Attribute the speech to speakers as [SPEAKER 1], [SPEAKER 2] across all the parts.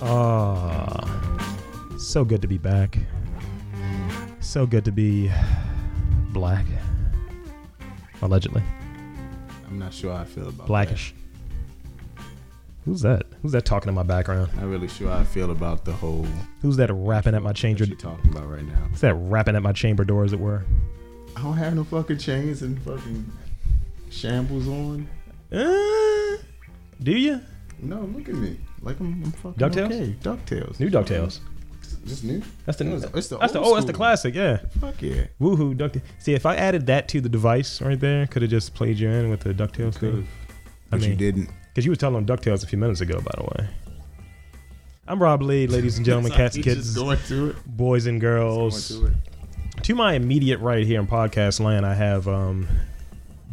[SPEAKER 1] Ah. So good to be back. So good to be black. Allegedly.
[SPEAKER 2] I'm not sure how I feel about
[SPEAKER 1] Blackish. Who's that? Who's that talking in my background?
[SPEAKER 2] That. Not really sure how I feel about the whole
[SPEAKER 1] Who's that rapping at my chamber?
[SPEAKER 2] what you talking about right now.
[SPEAKER 1] Who's that rapping at my chamber door, as it were?
[SPEAKER 2] I don't have no fucking chains and fucking shambles on.
[SPEAKER 1] Uh, do you?
[SPEAKER 2] No, look at me. Like I'm, I'm fucking
[SPEAKER 1] DuckTales?
[SPEAKER 2] okay. Ducktales.
[SPEAKER 1] New DuckTales.
[SPEAKER 2] Just new.
[SPEAKER 1] That's the new.
[SPEAKER 2] It's the- it's the
[SPEAKER 1] that's the
[SPEAKER 2] old
[SPEAKER 1] oh, that's the
[SPEAKER 2] school.
[SPEAKER 1] classic. Yeah.
[SPEAKER 2] Fuck yeah.
[SPEAKER 1] Woohoo, DuckTales. See, if I added that to the device right there, could have just played you in with the DuckTales
[SPEAKER 2] Could've.
[SPEAKER 1] thing. I
[SPEAKER 2] But you
[SPEAKER 1] mean-
[SPEAKER 2] didn't.
[SPEAKER 1] Because you were telling them DuckTales a few minutes ago, by the way. I'm Rob Lee, ladies and gentlemen, cats and
[SPEAKER 2] He's just
[SPEAKER 1] kids,
[SPEAKER 2] going to it.
[SPEAKER 1] boys and girls.
[SPEAKER 2] Going to it.
[SPEAKER 1] to my immediate right here in podcast land, I have um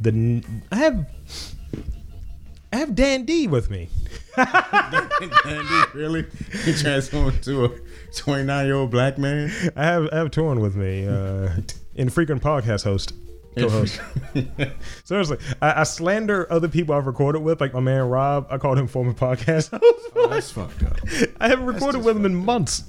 [SPEAKER 1] the n- I have I have Dan D with me.
[SPEAKER 2] Andy, really? He transformed to a 29 year old black man.
[SPEAKER 1] I have I have Torn with me, uh, infrequent podcast host. Co-host. Seriously, I, I slander other people I've recorded with, like my man Rob. I called him former podcast
[SPEAKER 2] Oh,
[SPEAKER 1] host.
[SPEAKER 2] that's fucked up.
[SPEAKER 1] I haven't recorded
[SPEAKER 2] just
[SPEAKER 1] with him in months.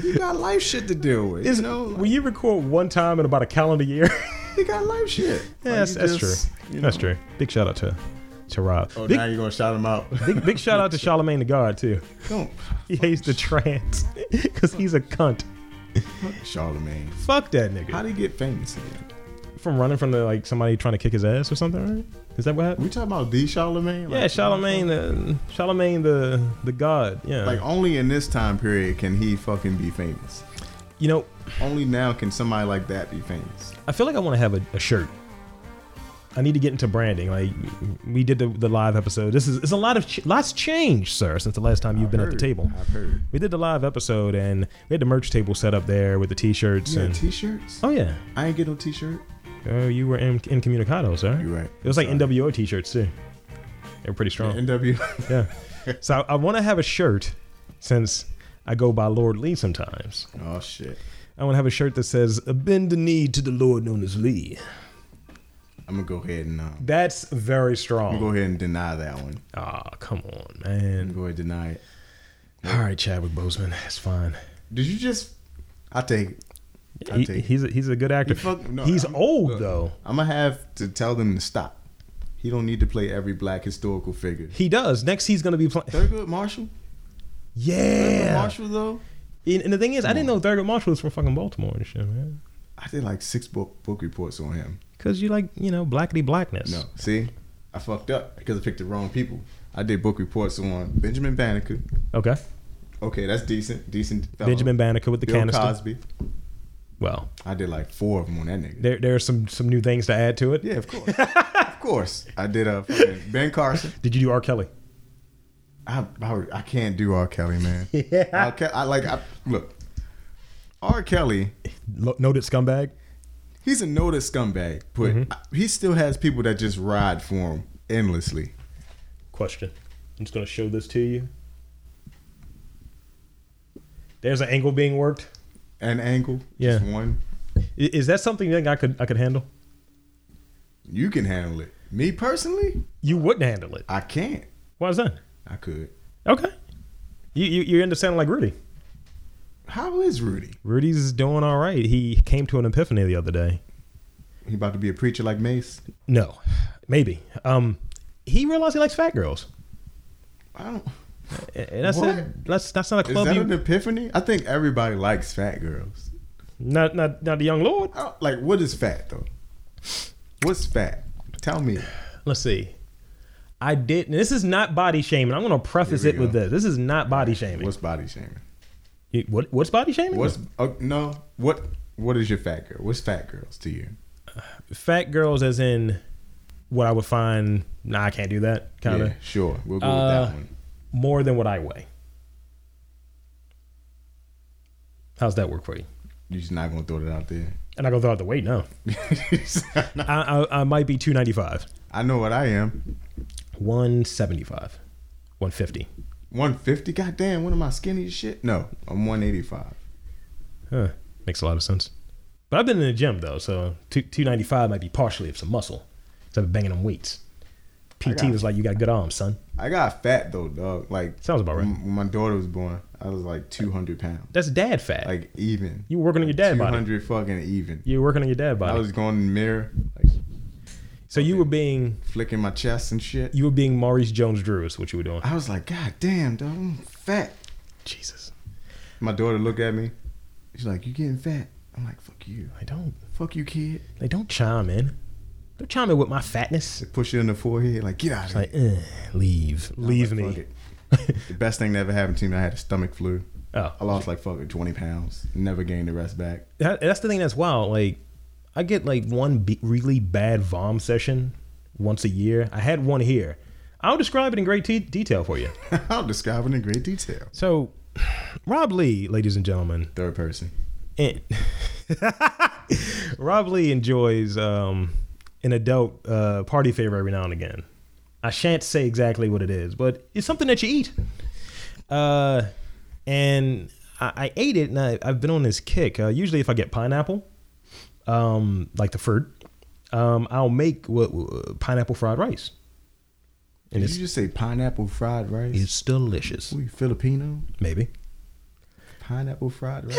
[SPEAKER 2] You got life shit to deal with.
[SPEAKER 1] Is
[SPEAKER 2] you know,
[SPEAKER 1] when you record one time in about a calendar year.
[SPEAKER 2] you got life shit.
[SPEAKER 1] Yeah, that's, that's true. that's true. Big shout out to to Rob.
[SPEAKER 2] Oh,
[SPEAKER 1] big,
[SPEAKER 2] now you're gonna shout him out.
[SPEAKER 1] big big shout out to Charlemagne the God too.
[SPEAKER 2] Don't,
[SPEAKER 1] He hates the trans because he's a cunt.
[SPEAKER 2] Charlemagne.
[SPEAKER 1] Fuck that
[SPEAKER 2] How
[SPEAKER 1] nigga.
[SPEAKER 2] would he get famous again?
[SPEAKER 1] From running from the like somebody trying to kick his ass or something, right? Is that what happened?
[SPEAKER 2] We talking about the Charlemagne?
[SPEAKER 1] Yeah, Charlemagne the Charlemagne the the God. Yeah,
[SPEAKER 2] Like only in this time period can he fucking be famous.
[SPEAKER 1] you know,
[SPEAKER 2] Only now can somebody like that be famous.
[SPEAKER 1] I feel like I want to have a, a shirt. I need to get into branding. Like we did the, the live episode. This is it's a lot of ch- lots changed, sir, since the last time you've been at the
[SPEAKER 2] Heard.
[SPEAKER 1] table.
[SPEAKER 2] I've heard.
[SPEAKER 1] We did the live episode and we had the merch table set up there with the t-shirts
[SPEAKER 2] You had
[SPEAKER 1] and
[SPEAKER 2] t-shirts?
[SPEAKER 1] oh yeah,
[SPEAKER 2] I ain't get no t-shirt.
[SPEAKER 1] oh you were in incommunicado, sir.
[SPEAKER 2] You're right.
[SPEAKER 1] It was like
[SPEAKER 2] Sorry.
[SPEAKER 1] NWO t-shirts too. They were pretty strong.
[SPEAKER 2] NW.
[SPEAKER 1] Yeah. so I, I want to have a shirt since I go by Lord Lee sometimes.
[SPEAKER 2] oh shit.
[SPEAKER 1] I want to have a shirt that says "Bend the knee to the Lord known as Lee."
[SPEAKER 2] I'm gonna go ahead and um,
[SPEAKER 1] That's very
[SPEAKER 2] I'm
[SPEAKER 1] strong.
[SPEAKER 2] gonna go ahead and deny that one.
[SPEAKER 1] Ah, come on,
[SPEAKER 2] I'm
[SPEAKER 1] man.
[SPEAKER 2] gonna deny it.
[SPEAKER 1] All right, Chadwick Boseman, that's fine.
[SPEAKER 2] Did you just? I take. It. I'll
[SPEAKER 1] He-
[SPEAKER 2] take it.
[SPEAKER 1] he's a, he's a good actor.
[SPEAKER 2] You fuck- no,
[SPEAKER 1] he's
[SPEAKER 2] I'm-
[SPEAKER 1] old
[SPEAKER 2] look,
[SPEAKER 1] though.
[SPEAKER 2] I'm gonna have to tell them to stop. He don't need to play every black historical figure.
[SPEAKER 1] He does. Next, he's gonna be playing.
[SPEAKER 2] Thurgood Marshall. Thurgood
[SPEAKER 1] Yeah.
[SPEAKER 2] Marshall though.
[SPEAKER 1] And, and the thing is, I didn't know Thurgood Marshall was from fucking Baltimore and shit, man.
[SPEAKER 2] I did like six book book reports on him.
[SPEAKER 1] Cause you like you know blackity blackness.
[SPEAKER 2] No, see, I fucked up because I picked the wrong people. I did book reports on Benjamin Banneker.
[SPEAKER 1] Okay.
[SPEAKER 2] Okay, that's decent, decent. Fellow.
[SPEAKER 1] Benjamin Banneker with the
[SPEAKER 2] Bill
[SPEAKER 1] canister.
[SPEAKER 2] Cosby.
[SPEAKER 1] Well,
[SPEAKER 2] I did like four of them on that nigga.
[SPEAKER 1] there there are some some new things to add to it.
[SPEAKER 2] yeah, of course, of course. I did uh, fucking Ben Carson.
[SPEAKER 1] Did you do R. Kelly?
[SPEAKER 2] I, I, I can't do R. Kelly, man.
[SPEAKER 1] Yeah.
[SPEAKER 2] R. Ke- I like I, look. R. Kelly,
[SPEAKER 1] Lo- noted scumbag.
[SPEAKER 2] he's a noticed scumbag, but
[SPEAKER 1] Mm-hmm.
[SPEAKER 2] he still has people that just ride for him endlessly.
[SPEAKER 1] Question. I'm just gonna show this to you. There's an angle being worked.
[SPEAKER 2] An angle,
[SPEAKER 1] Yeah.
[SPEAKER 2] just one.
[SPEAKER 1] I- Is that something that I could I could handle?
[SPEAKER 2] You can handle it. Me personally,
[SPEAKER 1] You wouldn't handle it.
[SPEAKER 2] I can't.
[SPEAKER 1] Why is that?
[SPEAKER 2] I could.
[SPEAKER 1] Okay. You you you end up sounding like Rudy.
[SPEAKER 2] How is Rudy?
[SPEAKER 1] Rudy's doing all right. He came to an epiphany the other day.
[SPEAKER 2] He about to be a preacher like Mace?
[SPEAKER 1] No, maybe. Um, he realized he likes fat girls.
[SPEAKER 2] I don't.
[SPEAKER 1] And that's
[SPEAKER 2] What?
[SPEAKER 1] it. That's that's not a
[SPEAKER 2] Is
[SPEAKER 1] club.
[SPEAKER 2] that
[SPEAKER 1] You,
[SPEAKER 2] an epiphany? I think everybody likes fat girls.
[SPEAKER 1] not not not the young lord.
[SPEAKER 2] I don't, like, what is fat though? What's fat? Tell me.
[SPEAKER 1] Let's see. I did. And this is not body shaming. I'm going to preface
[SPEAKER 2] Here
[SPEAKER 1] it
[SPEAKER 2] we
[SPEAKER 1] with
[SPEAKER 2] go.
[SPEAKER 1] this. This is not body shaming.
[SPEAKER 2] What's body shaming?
[SPEAKER 1] You- What, what's body shaming?
[SPEAKER 2] What's uh, no? What what is your fat girl? What's fat girls to you?
[SPEAKER 1] fat girls? As in, what I would find. Nah, I can't do that. Kind of
[SPEAKER 2] Yeah, sure. We'll go
[SPEAKER 1] Uh,
[SPEAKER 2] with that one.
[SPEAKER 1] more than what I weigh. How's that work for you?
[SPEAKER 2] You're just not gonna throw that out there.
[SPEAKER 1] And I go throw out the weight. No, I, I I might be two ninety five,
[SPEAKER 2] I know what I am.
[SPEAKER 1] one seventy five, one fifty.
[SPEAKER 2] 150. Goddamn, what am I skinny as shit? No, I'm 185.
[SPEAKER 1] Huh. Makes a lot of sense. But I've been in the gym though, so two two ninety five might be partially of some muscle. Cause I've been banging on weights. PT
[SPEAKER 2] got-
[SPEAKER 1] was like, "You got good arms, son."
[SPEAKER 2] I got fat though, dog. Like
[SPEAKER 1] Sounds about right.
[SPEAKER 2] when when my daughter was born, I was like 200 pounds,
[SPEAKER 1] That's dad fat.
[SPEAKER 2] like even.
[SPEAKER 1] you were working on your dad body.
[SPEAKER 2] 200 fucking even.
[SPEAKER 1] You were working on your dad
[SPEAKER 2] I
[SPEAKER 1] body.
[SPEAKER 2] was going in the mirror, like
[SPEAKER 1] so you were being
[SPEAKER 2] flicking my chest and shit.
[SPEAKER 1] you were being Maurice Jones-Drew is what you were doing.
[SPEAKER 2] I was like, God damn, dog, I'm fat.
[SPEAKER 1] Jesus,
[SPEAKER 2] My daughter looked at me. She's like, You getting fat? I'm like, Fuck you.
[SPEAKER 1] I don't.
[SPEAKER 2] Fuck you, kid.
[SPEAKER 1] They don't chime in. Don't chime in with my fatness.
[SPEAKER 2] They push her in the forehead, like, Get out of
[SPEAKER 1] It's
[SPEAKER 2] here.
[SPEAKER 1] like, eh, leave,
[SPEAKER 2] I'm
[SPEAKER 1] leave
[SPEAKER 2] like, "Fuck
[SPEAKER 1] me.
[SPEAKER 2] it." The best thing that ever happened to me, I had a stomach flu.
[SPEAKER 1] oh,
[SPEAKER 2] I lost like fucking 20 pounds. Never gained the rest back.
[SPEAKER 1] That- that's the thing that's wild. Like, I get like one b- really bad vom session once a year. I had one here. I'll describe it in great te- detail for you.
[SPEAKER 2] I'll describe it in great detail.
[SPEAKER 1] So, Rob Lee, ladies and gentlemen,
[SPEAKER 2] Third person.
[SPEAKER 1] and Rob Lee enjoys um, an adult uh, party favor every now and again. I shan't say exactly what it is, but it's something that you eat. Uh, and I, I ate it, and I, I've been on this kick. Uh, usually, if I get pineapple, um, like the fruit, um, I'll make what, what- pineapple fried rice.
[SPEAKER 2] Did
[SPEAKER 1] And
[SPEAKER 2] you
[SPEAKER 1] it's,
[SPEAKER 2] just say pineapple fried rice?
[SPEAKER 1] it's delicious,
[SPEAKER 2] we Filipino?
[SPEAKER 1] maybe.
[SPEAKER 2] Pineapple fried rice?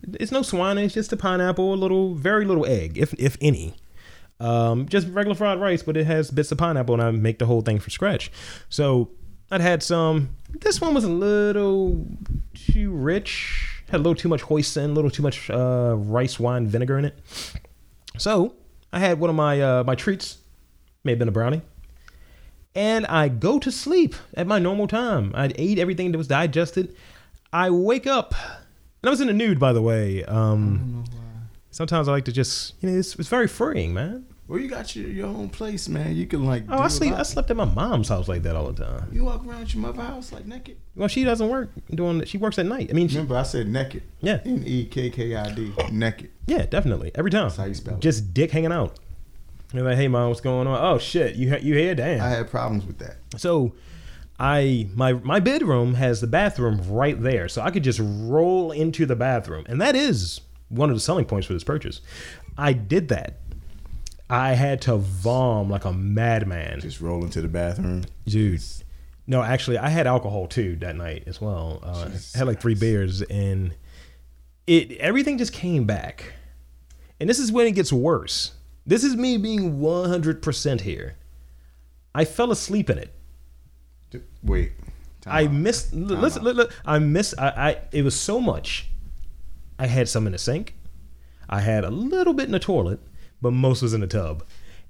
[SPEAKER 1] Yeah. It's no swine. It's just a pineapple, a little, very little egg, if if any. Um, just regular fried rice, but it has bits of pineapple, and I make the whole thing from scratch. So I'd had some. This one was a little too rich. Had a little too much hoisin, a little too much uh, rice wine vinegar in it. So I had one of my uh, my treats, may have been a brownie, and I go to sleep at my normal time. I ate everything that was digested. I wake up, and I was in a nude, by the way. Um,
[SPEAKER 2] don't know why.
[SPEAKER 1] sometimes I like to just, you know, it's, it's very freeing, man.
[SPEAKER 2] Well, you got your, your own place, man. You can like.
[SPEAKER 1] Oh,
[SPEAKER 2] do
[SPEAKER 1] I
[SPEAKER 2] a
[SPEAKER 1] sleep.
[SPEAKER 2] lot.
[SPEAKER 1] I slept at my mom's house like that all the time.
[SPEAKER 2] You walk around your mother's house like naked.
[SPEAKER 1] Well, she doesn't work doing. She works at night. I mean, she,
[SPEAKER 2] Remember, I said naked.
[SPEAKER 1] yeah,
[SPEAKER 2] N e k k i d. Naked.
[SPEAKER 1] yeah, definitely every time.
[SPEAKER 2] how you spell it.
[SPEAKER 1] Just dick hanging out. You're like, hey mom, what's going on? Oh shit, you ha- you here? Damn.
[SPEAKER 2] I had problems with that.
[SPEAKER 1] So I my my bedroom has the bathroom right there, so I could just roll into the bathroom, and that is one of the selling points for this purchase. I did that. I had to vom like a madman,
[SPEAKER 2] Just roll into the bathroom.
[SPEAKER 1] dude. No, actually, I had alcohol too that night as well. Uh, I had like three beers, and it everything just came back. And this is when it gets worse. This is me being 100% here. I fell asleep in it.
[SPEAKER 2] Ju- Wait. Time
[SPEAKER 1] I
[SPEAKER 2] out.
[SPEAKER 1] missed. l- Listen, li- li- I missed. I, I. It was so much. I had some in the sink. I had a little bit in the toilet, but most was in the tub,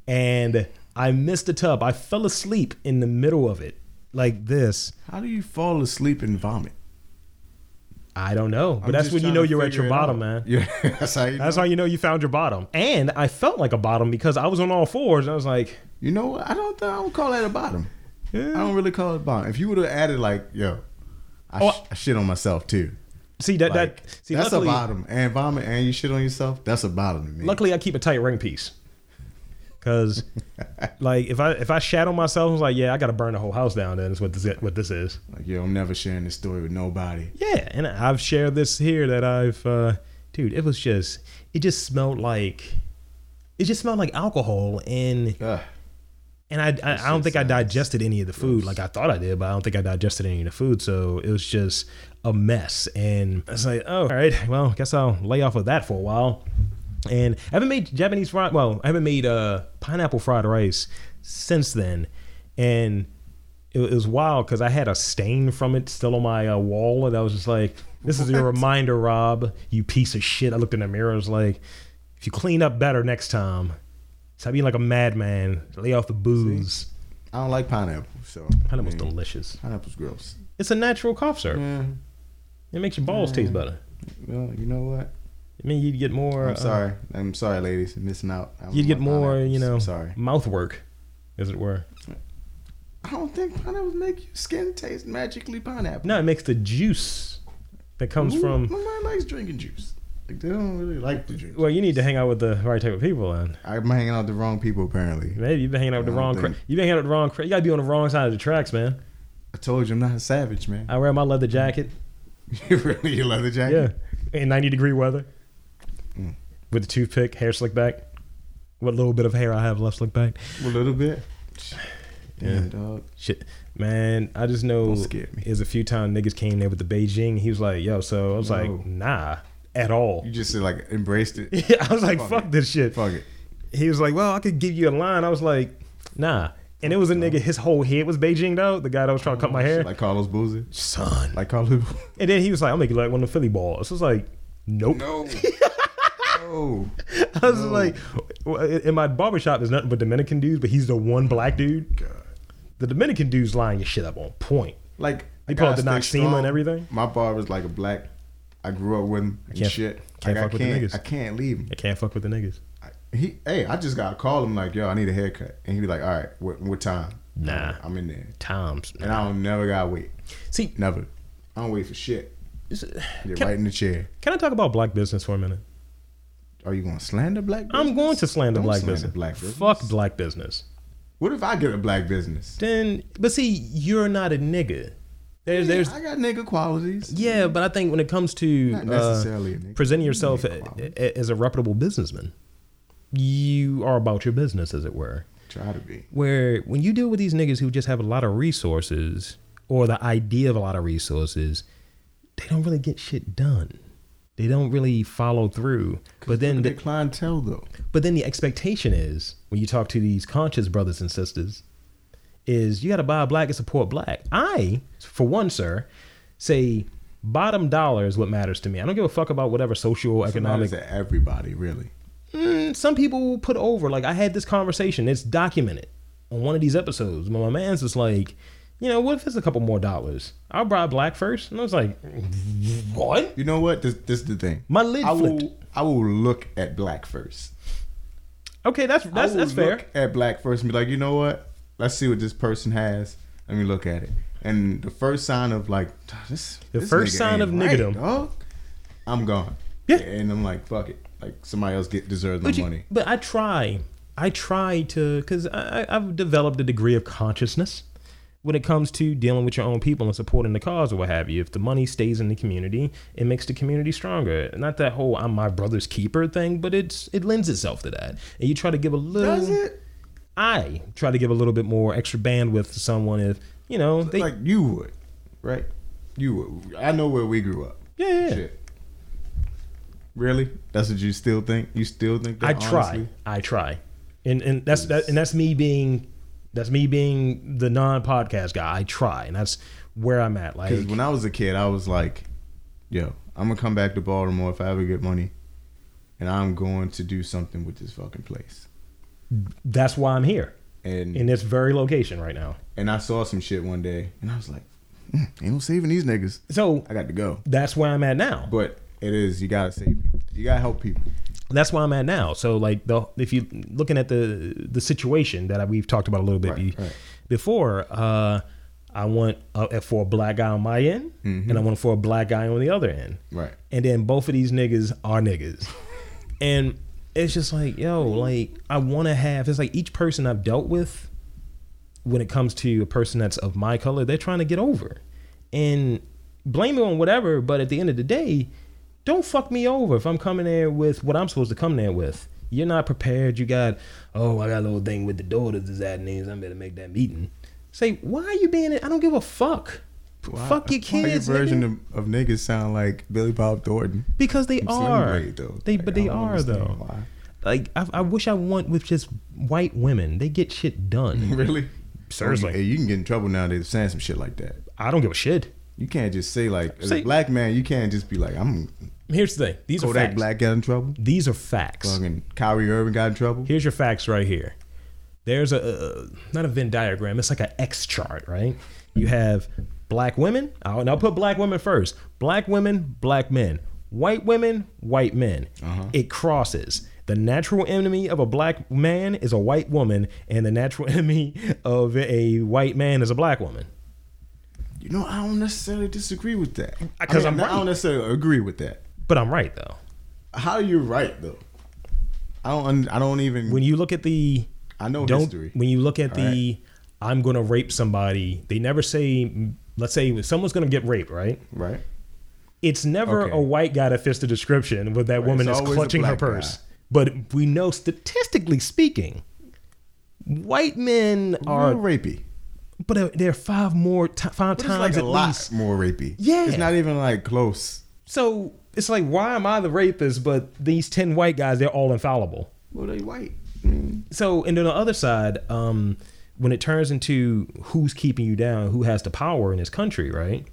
[SPEAKER 1] and I missed the tub. I fell asleep in the middle of it, like this.
[SPEAKER 2] How do you fall asleep and vomit?
[SPEAKER 1] I don't know, but
[SPEAKER 2] I'm
[SPEAKER 1] that's
[SPEAKER 2] just
[SPEAKER 1] when you
[SPEAKER 2] trying
[SPEAKER 1] know
[SPEAKER 2] to
[SPEAKER 1] you're at
[SPEAKER 2] figure
[SPEAKER 1] your
[SPEAKER 2] it
[SPEAKER 1] bottom,
[SPEAKER 2] out.
[SPEAKER 1] man.
[SPEAKER 2] Yeah, that's how you. Know.
[SPEAKER 1] That's how you know you found your bottom. And I felt like a bottom because I was on all fours. And I was like,
[SPEAKER 2] You know what? I don't. Th- I don't call that a bottom. I
[SPEAKER 1] eh.
[SPEAKER 2] don't really call it bottom. If you would have added like, yo, I,
[SPEAKER 1] Oh,
[SPEAKER 2] sh- I shit on myself too.
[SPEAKER 1] see that
[SPEAKER 2] Like,
[SPEAKER 1] that see
[SPEAKER 2] that's
[SPEAKER 1] luckily,
[SPEAKER 2] a bottom. And vomit and you shit on yourself. That's a bottom to me.
[SPEAKER 1] Luckily, I keep a tight ring piece. Cause, like, if I if I shadow myself, I was like, yeah, I gotta burn the whole house down. Then is what this what this is.
[SPEAKER 2] Like, yo, I'm never sharing this story with nobody.
[SPEAKER 1] Yeah, and I've shared this here that I've, uh, dude, it was just it just smelled like, it just smelled like alcohol, and
[SPEAKER 2] Ugh.
[SPEAKER 1] and I I, I don't think I digested any of the food like I thought I did, but I don't think I digested any of the food, so it was just a mess. And I was like, oh, all right, well, guess I'll lay off of that for a while. And I haven't made Japanese fried. Well, I haven't made uh, pineapple fried rice since then, and it, it was wild because I had a stain from it still on my uh, wall, and I was just like, "This is your reminder, Rob. You piece of shit." I looked in the mirror. I was like, "If you clean up better next time, stop being like a madman. Lay off the booze."
[SPEAKER 2] I don't like pineapple. So
[SPEAKER 1] Pineapple's
[SPEAKER 2] I mean,
[SPEAKER 1] delicious.
[SPEAKER 2] Pineapple's gross.
[SPEAKER 1] It's a natural cough syrup.
[SPEAKER 2] Yeah.
[SPEAKER 1] It makes your balls taste better.
[SPEAKER 2] Well, you know what?
[SPEAKER 1] I mean, you'd get more.
[SPEAKER 2] Mm. I'm sorry. I'm sorry, ladies. I'm missing out. I don't
[SPEAKER 1] uh, you'd
[SPEAKER 2] like
[SPEAKER 1] get more,
[SPEAKER 2] pineapples.
[SPEAKER 1] you know,
[SPEAKER 2] I'm sorry.
[SPEAKER 1] mouth work, as it were.
[SPEAKER 2] I don't think pineapples make your skin taste magically pineapple.
[SPEAKER 1] No, it makes the juice that comes
[SPEAKER 2] Ooh,
[SPEAKER 1] from.
[SPEAKER 2] Nobody likes drinking juice. Like they don't really like the juice.
[SPEAKER 1] Well, you need to hang out with the right type of people, and
[SPEAKER 2] I'm hanging out with the wrong people apparently.
[SPEAKER 1] maybe you've been hanging out with the
[SPEAKER 2] I don't
[SPEAKER 1] wrong. Cra-
[SPEAKER 2] think-
[SPEAKER 1] you've been hanging out with the wrong. Cra- you gotta be on the wrong side of the tracks, man.
[SPEAKER 2] I told you I'm not a savage, man.
[SPEAKER 1] I wear my leather jacket.
[SPEAKER 2] You really your leather
[SPEAKER 1] Yeah,
[SPEAKER 2] jacket?
[SPEAKER 1] in ninety degree weather,
[SPEAKER 2] Mm.
[SPEAKER 1] with the toothpick, hair slicked back. What little bit of hair I have left slicked back.
[SPEAKER 2] A little bit. Damn, dog.
[SPEAKER 1] Shit, man, I just know
[SPEAKER 2] Don't scare me.
[SPEAKER 1] is a few times niggas came there with the Beijing. He was like, yo, so I was
[SPEAKER 2] No.
[SPEAKER 1] like, nah, at all.
[SPEAKER 2] You just said, like embraced it.
[SPEAKER 1] Yeah, I was like,
[SPEAKER 2] Fuck
[SPEAKER 1] fuck,
[SPEAKER 2] it.
[SPEAKER 1] this shit.
[SPEAKER 2] Fuck it.
[SPEAKER 1] He was like, well, I could give you a line. I was like, nah. And it was a nigga, his whole head was Beijing though, the guy that was trying to cut my hair.
[SPEAKER 2] Like Carlos Boozer.
[SPEAKER 1] son.
[SPEAKER 2] Like Carlos.
[SPEAKER 1] And then he was like, I'll make you like one of the Philly balls. I was like, nope.
[SPEAKER 2] No. no.
[SPEAKER 1] I was like, well, in in my barbershop, there's nothing but Dominican dudes, but he's the one black dude.
[SPEAKER 2] God.
[SPEAKER 1] The Dominican dude's lying your shit up on point.
[SPEAKER 2] Like
[SPEAKER 1] You
[SPEAKER 2] I
[SPEAKER 1] call
[SPEAKER 2] gotta
[SPEAKER 1] it the
[SPEAKER 2] stay
[SPEAKER 1] Noxema and
[SPEAKER 2] strong.
[SPEAKER 1] everything?
[SPEAKER 2] My barber's like a black. I grew up with him and
[SPEAKER 1] can't-
[SPEAKER 2] shit.
[SPEAKER 1] can't
[SPEAKER 2] like, I
[SPEAKER 1] fuck with the
[SPEAKER 2] can't.
[SPEAKER 1] niggas.
[SPEAKER 2] I can't leave him.
[SPEAKER 1] I can't fuck with the niggas.
[SPEAKER 2] I- He, hey, I just gotta call him like, yo, I need a haircut, and he be like, all right, what, what time?
[SPEAKER 1] Nah.
[SPEAKER 2] I'm in there,
[SPEAKER 1] Times.
[SPEAKER 2] and I don't never gotta wait.
[SPEAKER 1] See,
[SPEAKER 2] Never. I don't wait for shit.
[SPEAKER 1] is-
[SPEAKER 2] Get
[SPEAKER 1] Can-
[SPEAKER 2] right in the chair.
[SPEAKER 1] can I talk about black business for a minute?
[SPEAKER 2] Are you gonna slander black? Business?
[SPEAKER 1] I'm going to slander
[SPEAKER 2] Don't
[SPEAKER 1] black
[SPEAKER 2] slander
[SPEAKER 1] business.
[SPEAKER 2] black business.
[SPEAKER 1] Fuck black business.
[SPEAKER 2] What if I get a black business?
[SPEAKER 1] Then, but see, you're not a nigga. There's,
[SPEAKER 2] Yeah,
[SPEAKER 1] there's,
[SPEAKER 2] I got nigga qualities.
[SPEAKER 1] yeah, but I think when it comes to
[SPEAKER 2] Not
[SPEAKER 1] uh,
[SPEAKER 2] necessarily a nigga.
[SPEAKER 1] presenting yourself
[SPEAKER 2] Yeah,
[SPEAKER 1] a-
[SPEAKER 2] quality.
[SPEAKER 1] a- as a reputable businessman, you are about your business, as it were.
[SPEAKER 2] Try to be.
[SPEAKER 1] where when you deal with these niggas who just have a lot of resources or the idea of a lot of resources, they don't really get shit done. They don't really follow through. But then,
[SPEAKER 2] The
[SPEAKER 1] the,
[SPEAKER 2] clientele though.
[SPEAKER 1] but then the expectation is when you talk to these conscious brothers and sisters, is you got to buy black and support black. I, for one, sir, say bottom dollar is what matters to me. I don't give a fuck about whatever social economic
[SPEAKER 2] Economics to everybody really.
[SPEAKER 1] mm, some people will put over. Like I had this conversation. It's documented on one of these episodes. But my man's just like, you know, what if it's a couple more dollars? I'll buy black first. And I was like, what?
[SPEAKER 2] You know what? This this is the thing.
[SPEAKER 1] My lid
[SPEAKER 2] I
[SPEAKER 1] flipped.
[SPEAKER 2] will I will look at black first.
[SPEAKER 1] Okay, that's
[SPEAKER 2] I
[SPEAKER 1] that's
[SPEAKER 2] will
[SPEAKER 1] that's fair.
[SPEAKER 2] Look at black first and be like, you know what? Let's see what this person has. Let me look at it. And the first sign of like this.
[SPEAKER 1] The
[SPEAKER 2] this
[SPEAKER 1] first
[SPEAKER 2] nigga
[SPEAKER 1] sign
[SPEAKER 2] ain't
[SPEAKER 1] of niggerdom.
[SPEAKER 2] dog, I'm gone.
[SPEAKER 1] Yeah.
[SPEAKER 2] And I'm like, fuck it. Like somebody else get deserves my
[SPEAKER 1] But, you-
[SPEAKER 2] money.
[SPEAKER 1] but I try. I try to, because I've developed a degree of consciousness when it comes to dealing with your own people and supporting the cause or what have you. If the money stays in the community, it makes the community stronger. Not that whole "I'm my brother's keeper" thing, but it's it lends itself to that. And you try to give a little.
[SPEAKER 2] Does it?
[SPEAKER 1] I try to give a little bit more extra bandwidth to someone if you know they.
[SPEAKER 2] like you would, right? You would. I know where we grew up.
[SPEAKER 1] yeah, yeah, yeah.
[SPEAKER 2] Shit. Really? That's what you still think? You still think that?
[SPEAKER 1] I try.
[SPEAKER 2] honestly?
[SPEAKER 1] I try, and and that's that, and that's me being, that's me being the non-podcast guy. I try, and that's where I'm at. Like,
[SPEAKER 2] Because when I was a kid, I was like, yo, I'm going to come back to Baltimore if I ever get money, and I'm going to do something with this fucking place.
[SPEAKER 1] that's why I'm here in
[SPEAKER 2] And
[SPEAKER 1] this very location right now.
[SPEAKER 2] and I saw some shit one day, and I was like, mm, ain't no saving these niggas.
[SPEAKER 1] So
[SPEAKER 2] I got to go.
[SPEAKER 1] that's where I'm at now.
[SPEAKER 2] But it is, you got to save people. You got to help people.
[SPEAKER 1] that's why I'm at now. So like the if you looking at the the situation that I, we've talked about a little bit
[SPEAKER 2] Right,
[SPEAKER 1] be-
[SPEAKER 2] right.
[SPEAKER 1] before, uh, I want uh, for a black guy on my end, and I want for a black guy on the other end,
[SPEAKER 2] Mm-hmm. Right.
[SPEAKER 1] and then both of these niggas are niggas, and it's just like yo, like I want to have. It's like each person I've dealt with, when it comes to a person that's of my color, they're trying to get over, and blame me on whatever. But at the end of the day, don't fuck me over if I'm coming there with what I'm supposed to come there with. You're not prepared. You got, oh, I got a little thing with the daughters. Is that names? I better make that meeting. Say, why are you being? I don't give a fuck. fuck your
[SPEAKER 2] Why
[SPEAKER 1] kids.
[SPEAKER 2] your version
[SPEAKER 1] nigga.
[SPEAKER 2] of, of niggas sound like Billy Bob Thornton?
[SPEAKER 1] Because they
[SPEAKER 2] Slim
[SPEAKER 1] are.
[SPEAKER 2] Blade, though.
[SPEAKER 1] They,
[SPEAKER 2] Like,
[SPEAKER 1] but
[SPEAKER 2] I
[SPEAKER 1] they
[SPEAKER 2] don't
[SPEAKER 1] are
[SPEAKER 2] understand
[SPEAKER 1] though.
[SPEAKER 2] why.
[SPEAKER 1] Like I, I wish I want with just white women. They get shit done.
[SPEAKER 2] Really?
[SPEAKER 1] Seriously.
[SPEAKER 2] Hey, you can get in trouble nowadays for saying some shit like that.
[SPEAKER 1] I don't give a shit.
[SPEAKER 2] You can't just say like as
[SPEAKER 1] Say-
[SPEAKER 2] a black man, you can't just be like, I'm
[SPEAKER 1] Here's the thing. These are
[SPEAKER 2] Kodak
[SPEAKER 1] facts.
[SPEAKER 2] Black got in trouble.
[SPEAKER 1] These are facts.
[SPEAKER 2] Fucking Kyrie Irving got in trouble.
[SPEAKER 1] Here's your facts right here. There's a, a not a Venn diagram. It's like an X chart, right? You have black women. I'll, and I'll put black women first. Black women, black men. White women, white men. It crosses. The natural enemy of a black man is a white woman, and the natural enemy of a white man is a black woman.
[SPEAKER 2] You know, I don't necessarily disagree with that. I
[SPEAKER 1] 'Cause I'm
[SPEAKER 2] I
[SPEAKER 1] right.
[SPEAKER 2] don't necessarily agree with that.
[SPEAKER 1] But I'm right though.
[SPEAKER 2] How are you right though? I don't. un- I don't even.
[SPEAKER 1] When you look at the
[SPEAKER 2] I know
[SPEAKER 1] don't
[SPEAKER 2] history.
[SPEAKER 1] when you look at
[SPEAKER 2] All
[SPEAKER 1] the I'm gonna rape somebody. They never say. Let's say if someone's gonna get raped, right?
[SPEAKER 2] right.
[SPEAKER 1] It's never
[SPEAKER 2] Okay.
[SPEAKER 1] a white guy that fits the description where that woman
[SPEAKER 2] it's
[SPEAKER 1] is
[SPEAKER 2] always a
[SPEAKER 1] clutching her
[SPEAKER 2] black
[SPEAKER 1] purse.
[SPEAKER 2] guy.
[SPEAKER 1] But we know statistically speaking, white men
[SPEAKER 2] Are
[SPEAKER 1] are
[SPEAKER 2] rapey.
[SPEAKER 1] but uh, there are five more ti five
[SPEAKER 2] But it's
[SPEAKER 1] times
[SPEAKER 2] like a
[SPEAKER 1] at
[SPEAKER 2] lot
[SPEAKER 1] least.
[SPEAKER 2] more rapey.
[SPEAKER 1] Yeah.
[SPEAKER 2] it's not even like close.
[SPEAKER 1] So it's like, why am I the rapist? But these ten white guys, they're all infallible.
[SPEAKER 2] Well, they white.
[SPEAKER 1] So, and then on the other side, um, when it turns into who's keeping you down, who has the power in this country, right?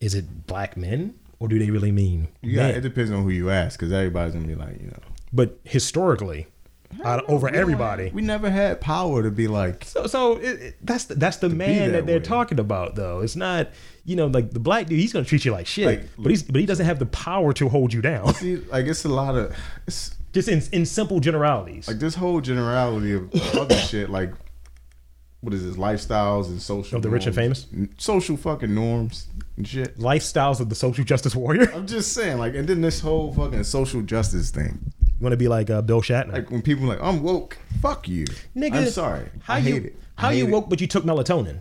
[SPEAKER 1] Is it black men, or do they really mean
[SPEAKER 2] Yeah,
[SPEAKER 1] men?
[SPEAKER 2] it depends on who you ask, because everybody's gonna be like, you know,
[SPEAKER 1] but historically, out, over everybody.
[SPEAKER 2] we never had power to be like,
[SPEAKER 1] So, so it, it- that's the, that's the man that,
[SPEAKER 2] that
[SPEAKER 1] they're
[SPEAKER 2] way.
[SPEAKER 1] talking about, though. It's not, you know, like the black dude. He's gonna treat you like shit,
[SPEAKER 2] Like,
[SPEAKER 1] but he's but he doesn't have the power to hold you down.
[SPEAKER 2] see, like it's a lot of, it's
[SPEAKER 1] Just in in simple generalities.
[SPEAKER 2] like this whole generality of other shit, like what is this lifestyles and social
[SPEAKER 1] Of the rich and
[SPEAKER 2] norms. N- social fucking norms and shit.
[SPEAKER 1] Lifestyles of the social justice warrior. You
[SPEAKER 2] I'm just saying, like, and then this whole fucking social justice thing,
[SPEAKER 1] want to be like uh, Bill Shatner,
[SPEAKER 2] like when people like, I'm woke, fuck you,
[SPEAKER 1] nigga.
[SPEAKER 2] I'm sorry,
[SPEAKER 1] How
[SPEAKER 2] I
[SPEAKER 1] you
[SPEAKER 2] hate it. I
[SPEAKER 1] how you
[SPEAKER 2] hate it.
[SPEAKER 1] woke, but you took melatonin.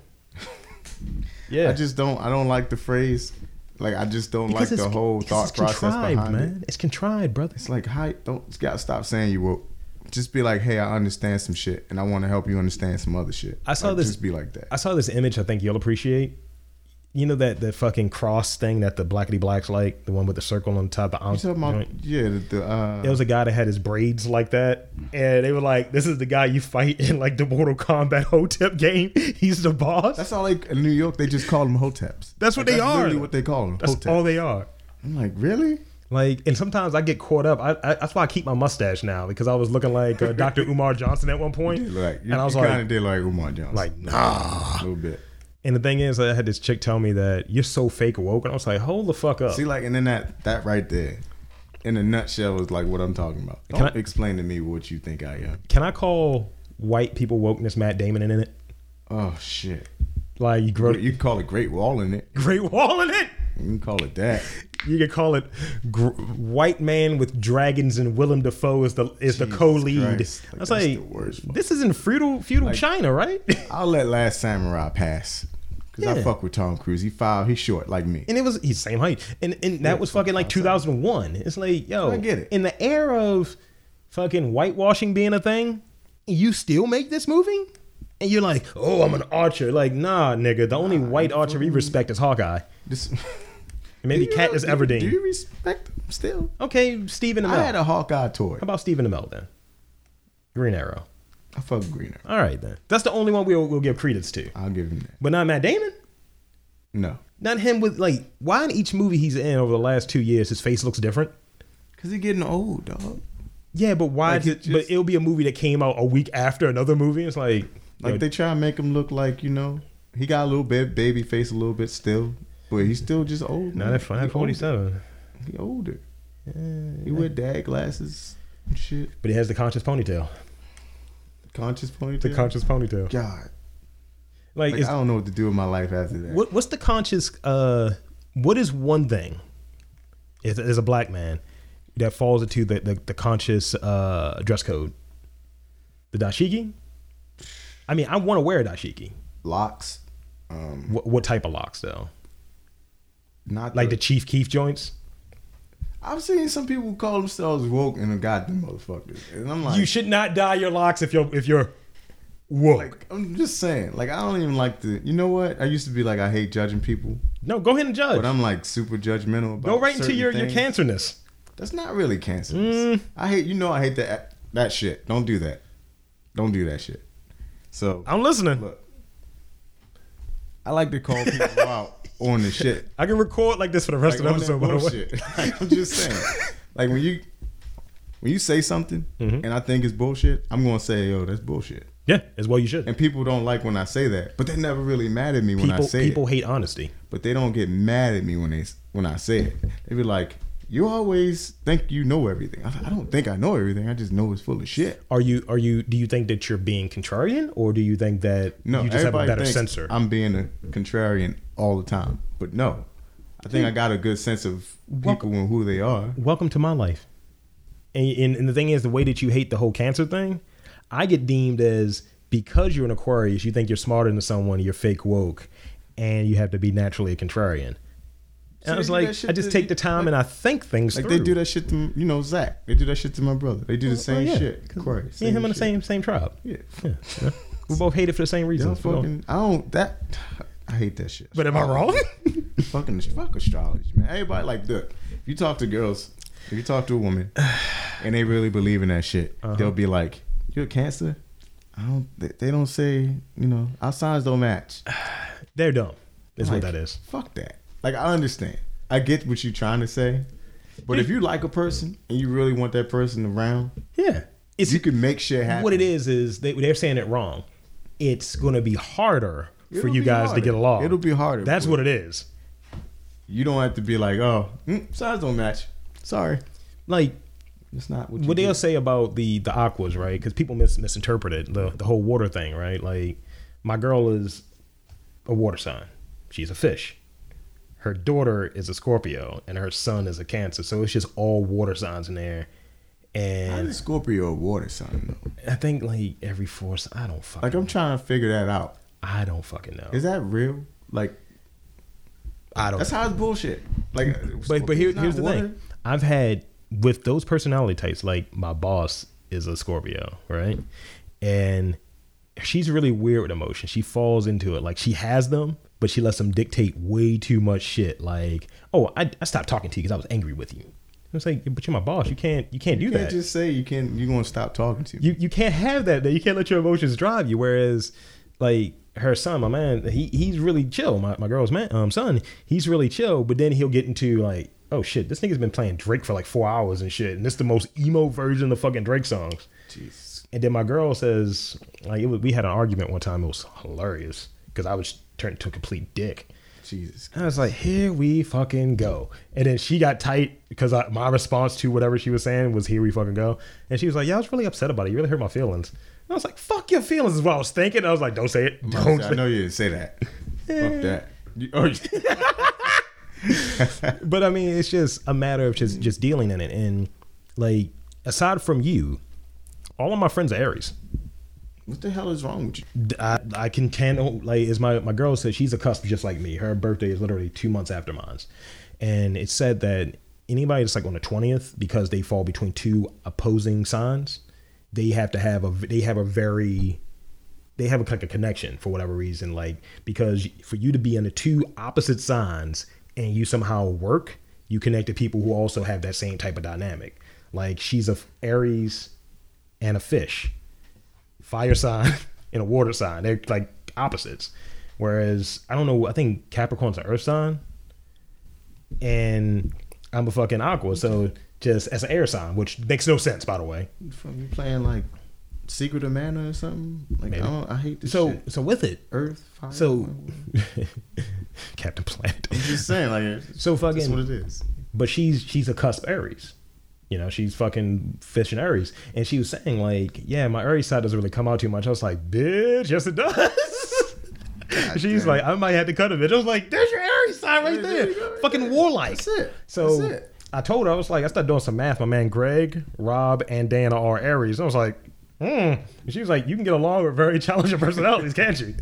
[SPEAKER 1] yeah,
[SPEAKER 2] I just don't. I don't like the phrase. Like I just don't
[SPEAKER 1] Because
[SPEAKER 2] like the
[SPEAKER 1] it's-
[SPEAKER 2] whole
[SPEAKER 1] because
[SPEAKER 2] thought
[SPEAKER 1] it's
[SPEAKER 2] process
[SPEAKER 1] contrived,
[SPEAKER 2] behind
[SPEAKER 1] man.
[SPEAKER 2] it.
[SPEAKER 1] It's contrived, brother.
[SPEAKER 2] It's like, hi, don't you gotta stop saying you woke. Just be like, hey, I understand some shit, and I want to help you understand some other shit.
[SPEAKER 1] I saw
[SPEAKER 2] Like,
[SPEAKER 1] this-
[SPEAKER 2] Just be like that.
[SPEAKER 1] I saw this image. I think you'll appreciate. You know that that fucking cross thing that the blackity blacks like, the one with the circle on top, the
[SPEAKER 2] You talking about?
[SPEAKER 1] joint?
[SPEAKER 2] Yeah, the, the
[SPEAKER 1] There
[SPEAKER 2] uh,
[SPEAKER 1] was a guy that had his braids like that, and they were like, "This is the guy you fight in like the Mortal Kombat Hotep game. He's the boss. That's,
[SPEAKER 2] that's all. Like in New York, they just call them hoteps.
[SPEAKER 1] That's what
[SPEAKER 2] Like, that's
[SPEAKER 1] they are.
[SPEAKER 2] Literally, what they call them. Hoteps.
[SPEAKER 1] all they are."
[SPEAKER 2] I'm like, really?
[SPEAKER 1] Like, and sometimes I get caught up. I, I that's why I keep my mustache now because I was looking like uh, Dr. Umar Johnson at one point,
[SPEAKER 2] Like, you,
[SPEAKER 1] and I was
[SPEAKER 2] kind
[SPEAKER 1] like,
[SPEAKER 2] of did like Umar Johnson.
[SPEAKER 1] like, nah.
[SPEAKER 2] a little bit.
[SPEAKER 1] And the thing is, I had this chick tell me that you're so fake woke, and I was like, hold the fuck up.
[SPEAKER 2] See, like, and then that that right there, in a nutshell, is like what I'm talking about.
[SPEAKER 1] Can
[SPEAKER 2] Don't
[SPEAKER 1] I-
[SPEAKER 2] explain to me what you think I am.
[SPEAKER 1] Can I call white people wokeness Matt Damon in it?
[SPEAKER 2] Oh shit!
[SPEAKER 1] Like you grow
[SPEAKER 2] You can call it Great Wall in it.
[SPEAKER 1] Great Wall in it.
[SPEAKER 2] You can call it that.
[SPEAKER 1] You could call it gr- "White Man with Dragons" and Willem Dafoe is the is the
[SPEAKER 2] Jesus
[SPEAKER 1] co-lead.
[SPEAKER 2] Christ.
[SPEAKER 1] I
[SPEAKER 2] Like,
[SPEAKER 1] was
[SPEAKER 2] that's
[SPEAKER 1] like,
[SPEAKER 2] the worst.
[SPEAKER 1] this is in feudal feudal China, right?
[SPEAKER 2] I'll let Last Samurai pass because I
[SPEAKER 1] Yeah.
[SPEAKER 2] fuck with Tom Cruise. He five, he's short like me.
[SPEAKER 1] and it was he's same height, and and that was fucking like 2001. It's like, yo,
[SPEAKER 2] I get it.
[SPEAKER 1] In the era of fucking whitewashing being a thing, you still make this movie, and you're like, oh, I'm an archer. Like, nah, nigga, the only white archer we respect is Hawkeye.
[SPEAKER 2] This,
[SPEAKER 1] And maybe
[SPEAKER 2] Do you
[SPEAKER 1] Katniss
[SPEAKER 2] know- do-
[SPEAKER 1] Everdeen.
[SPEAKER 2] Do you respect him still?
[SPEAKER 1] Okay, Stephen Amell.
[SPEAKER 2] I had a Hawkeye toy.
[SPEAKER 1] How about Stephen Amell then? Green Arrow.
[SPEAKER 2] I fuck with Green Arrow.
[SPEAKER 1] All right then. That's the only one we'll, we'll give credence to.
[SPEAKER 2] I'll give him that.
[SPEAKER 1] But not Matt Damon.
[SPEAKER 2] No,
[SPEAKER 1] Not him with like. Why in each movie he's in over the last two years, his face looks different.
[SPEAKER 2] because he getting old, dog.
[SPEAKER 1] Yeah, but why?
[SPEAKER 2] Like,
[SPEAKER 1] does-
[SPEAKER 2] it just-
[SPEAKER 1] but it'll be a movie that came out a week after another movie. It's like,
[SPEAKER 2] Like
[SPEAKER 1] yo,
[SPEAKER 2] they try to make him look like you know he got a little bit baby face a little bit still, but he's still just old.
[SPEAKER 1] nah,
[SPEAKER 2] man.
[SPEAKER 1] that fun.
[SPEAKER 2] He
[SPEAKER 1] That forty-seven.
[SPEAKER 2] older. He older. He wear dad glasses and shit.
[SPEAKER 1] But he has the conscious ponytail.
[SPEAKER 2] Conscious ponytail.
[SPEAKER 1] The conscious ponytail.
[SPEAKER 2] God,
[SPEAKER 1] Like,
[SPEAKER 2] like,
[SPEAKER 1] is,
[SPEAKER 2] I don't know what to do with my life after that.
[SPEAKER 1] what, what's the conscious? Uh, what is one thing? If as a black man, that falls into the the, the conscious uh, dress code, the dashiki. I mean, I want to wear a dashiki.
[SPEAKER 2] Locks. Um,
[SPEAKER 1] What, what type of locks though?
[SPEAKER 2] not
[SPEAKER 1] Like
[SPEAKER 2] the
[SPEAKER 1] the Chief Keef joints.
[SPEAKER 2] I've seen some people call themselves woke and a goddamn motherfuckers, and I'm like,
[SPEAKER 1] you should not dye your locks if you're if you're woke.
[SPEAKER 2] like, I'm just saying, like, I don't even like the. You know what? I used to be like, I hate judging people,
[SPEAKER 1] no, go ahead and judge.
[SPEAKER 2] but I'm like super judgmental. About
[SPEAKER 1] Go right into
[SPEAKER 2] certain
[SPEAKER 1] your Mm. your
[SPEAKER 2] things.
[SPEAKER 1] cancerness.
[SPEAKER 2] That's not really cancer. I hate. You know, I hate that that shit. Don't do that. Don't do that shit. So
[SPEAKER 1] I'm listening.
[SPEAKER 2] look, I like to call people out on the shit.
[SPEAKER 1] I can record like this for the rest
[SPEAKER 2] Like,
[SPEAKER 1] of the
[SPEAKER 2] on that
[SPEAKER 1] episode. By the way.
[SPEAKER 2] bullshit. Like, I'm just saying, like when you when you say something
[SPEAKER 1] Mm-hmm.
[SPEAKER 2] and I think it's bullshit, I'm gonna say, yo, that's bullshit.
[SPEAKER 1] Yeah, as well you should.
[SPEAKER 2] And people don't like when I say that, but they're never really mad at me when I
[SPEAKER 1] people
[SPEAKER 2] say
[SPEAKER 1] people
[SPEAKER 2] it.
[SPEAKER 1] hate honesty.
[SPEAKER 2] But they don't get mad at me when they when I say it. They be like, you always think you know everything. I, I don't think I know everything. I just know it's full of shit.
[SPEAKER 1] Are you are you do you think that you're being contrarian or do you think that
[SPEAKER 2] No,
[SPEAKER 1] you just have a
[SPEAKER 2] everybody
[SPEAKER 1] better
[SPEAKER 2] thinks
[SPEAKER 1] sensor?
[SPEAKER 2] I'm being a contrarian all the time, but no, I think I got a good sense of people and who they are.
[SPEAKER 1] Welcome to my life. And, and and the thing is the way that you hate the whole cancer thing, I get deemed as because you're an Aquarius, you think you're smarter than someone, you're fake woke, and you have to be naturally a contrarian. And
[SPEAKER 2] So
[SPEAKER 1] I was
[SPEAKER 2] they do that
[SPEAKER 1] like, I
[SPEAKER 2] shit
[SPEAKER 1] just
[SPEAKER 2] to-
[SPEAKER 1] take the time and I think things
[SPEAKER 2] Like
[SPEAKER 1] through.
[SPEAKER 2] they do that shit to you know Zach. They do that shit to my brother. They do the same
[SPEAKER 1] Oh, yeah.
[SPEAKER 2] shit.
[SPEAKER 1] 'Cause
[SPEAKER 2] Corey,
[SPEAKER 1] Me and him in the
[SPEAKER 2] shit.
[SPEAKER 1] same same tribe.
[SPEAKER 2] Yeah.
[SPEAKER 1] Yeah. yeah. We both hate it for the same
[SPEAKER 2] Y'all
[SPEAKER 1] reasons. We don't-
[SPEAKER 2] fucking, I don't that. I hate that shit.
[SPEAKER 1] But am I wrong?
[SPEAKER 2] fucking fuck astrology, man. Everybody like look. If you talk to girls, if you talk to a woman, and they really believe in that shit,
[SPEAKER 1] Uh-huh.
[SPEAKER 2] they'll be like, "You're a Cancer." I don't. They, they don't say. You know, our signs don't match.
[SPEAKER 1] They're dumb. Is
[SPEAKER 2] Like,
[SPEAKER 1] what that is.
[SPEAKER 2] Fuck that. Like I understand. I get what you're trying to say. But if you like a person and you really want that person around,
[SPEAKER 1] Yeah. It's
[SPEAKER 2] you can make shit happen.
[SPEAKER 1] what it is is they, they're saying it wrong. It's going to be harder for
[SPEAKER 2] It'll
[SPEAKER 1] you
[SPEAKER 2] be
[SPEAKER 1] guys
[SPEAKER 2] harder.
[SPEAKER 1] to get along.
[SPEAKER 2] It'll be harder
[SPEAKER 1] That's
[SPEAKER 2] for
[SPEAKER 1] what it is.
[SPEAKER 2] You don't have to be like, oh, mm, signs don't match. Sorry,
[SPEAKER 1] Like
[SPEAKER 2] it's not what. You
[SPEAKER 1] what
[SPEAKER 2] do.
[SPEAKER 1] they'll say about the the aquas, right? Because people mis- misinterpreted the the whole water thing, right? Like my girl is a water sign. She's a fish. Her daughter is a Scorpio, and her son is a Cancer. So it's just all water signs in there.
[SPEAKER 2] I'm a
[SPEAKER 1] And
[SPEAKER 2] Scorpio a water sign though.
[SPEAKER 1] I think like every four, si- I don't fucking,
[SPEAKER 2] Like I'm trying to figure that out.
[SPEAKER 1] I don't fucking know.
[SPEAKER 2] Is that real? Like
[SPEAKER 1] I don't.
[SPEAKER 2] that's how it's bullshit. Like,
[SPEAKER 1] but but here,
[SPEAKER 2] Scorpio's not
[SPEAKER 1] here's the
[SPEAKER 2] water.
[SPEAKER 1] thing. I've had with those personality types, like my boss is a Scorpio, right? And she's really weird with emotion. She falls into it. Like she has them, but she lets them dictate way too much shit. Like, oh, I, I stopped talking to you because I was angry with you. I was like, but you're my boss. You can't you can't do
[SPEAKER 2] You
[SPEAKER 1] that
[SPEAKER 2] can't just say you can't. You're gonna stop talking to me.
[SPEAKER 1] you you can't have that. That you can't let your emotions drive you. Whereas, like her son, my man, he he's really chill. My my girl's man, um, son, he's really chill. But then he'll get into like, oh shit, this nigga's been playing Drake for like four hours and shit, and this the most emo version of fucking Drake songs.
[SPEAKER 2] Jesus.
[SPEAKER 1] And then my girl says, like, it was, we had an argument one time. It was hilarious because I was turned to a complete dick.
[SPEAKER 2] Jesus.
[SPEAKER 1] And I was like, here we fucking go. And then she got tight because I, my response to whatever she was saying was, here we fucking go. And she was like, yeah, I was really upset about it. You really hurt my feelings. And I was like, fuck your feelings is what I was thinking. I was like, don't say it. Don't
[SPEAKER 2] I
[SPEAKER 1] say Eh.
[SPEAKER 2] know you didn't say that. Fuck that. You- oh, you-
[SPEAKER 1] it. But I mean, it's just a matter of just, just dealing in it. And like, aside from you, all of my friends are Aries.
[SPEAKER 2] what the hell is wrong with you?
[SPEAKER 1] D- I, I can can like as my my girl said she's a cusp just like me. Her birthday is literally two months after mine's, and it said that anybody that's like on the twentieth because they fall between two opposing signs, they have to have a they have a very they have a, like a connection for whatever reason. Like because for you to be in the two opposite signs and you somehow work, you connect to people who also have that same type of dynamic. Like she's a f- Aries and a fish fire sign and a water sign. They're like opposites. Whereas I don't know. I think Capricorn's an earth sign, and I'm a fucking aqua. So just as an air sign, which makes no sense, by the way.
[SPEAKER 2] From you playing like Secret of Mana or something? Like I, don't, I hate this.
[SPEAKER 1] So
[SPEAKER 2] shit.
[SPEAKER 1] so with it,
[SPEAKER 2] Earth, fire.
[SPEAKER 1] so
[SPEAKER 2] water.
[SPEAKER 1] Captain Planet.
[SPEAKER 2] I'm just saying, like it's-
[SPEAKER 1] So
[SPEAKER 2] that's what
[SPEAKER 1] fucking.
[SPEAKER 2] it is.
[SPEAKER 1] But she's she's a cusp Aries. You know, she's fucking fish and Aries. And she was saying, like, yeah, my Aries side doesn't really come out too much. I was like, bitch, yes it does. She's
[SPEAKER 2] damn.
[SPEAKER 1] like, I might have to cut a bitch. I was like, there's your Aries side right
[SPEAKER 2] Yeah,
[SPEAKER 1] there.
[SPEAKER 2] there you go, right
[SPEAKER 1] fucking
[SPEAKER 2] there.
[SPEAKER 1] warlike.
[SPEAKER 2] That's it.
[SPEAKER 1] So
[SPEAKER 2] That's it.
[SPEAKER 1] I told her, I was like, I started doing some math. My man Greg, Rob, and Dana are Aries. I was like, hmm. And She was like, you can get along with very challenging personalities, can't you?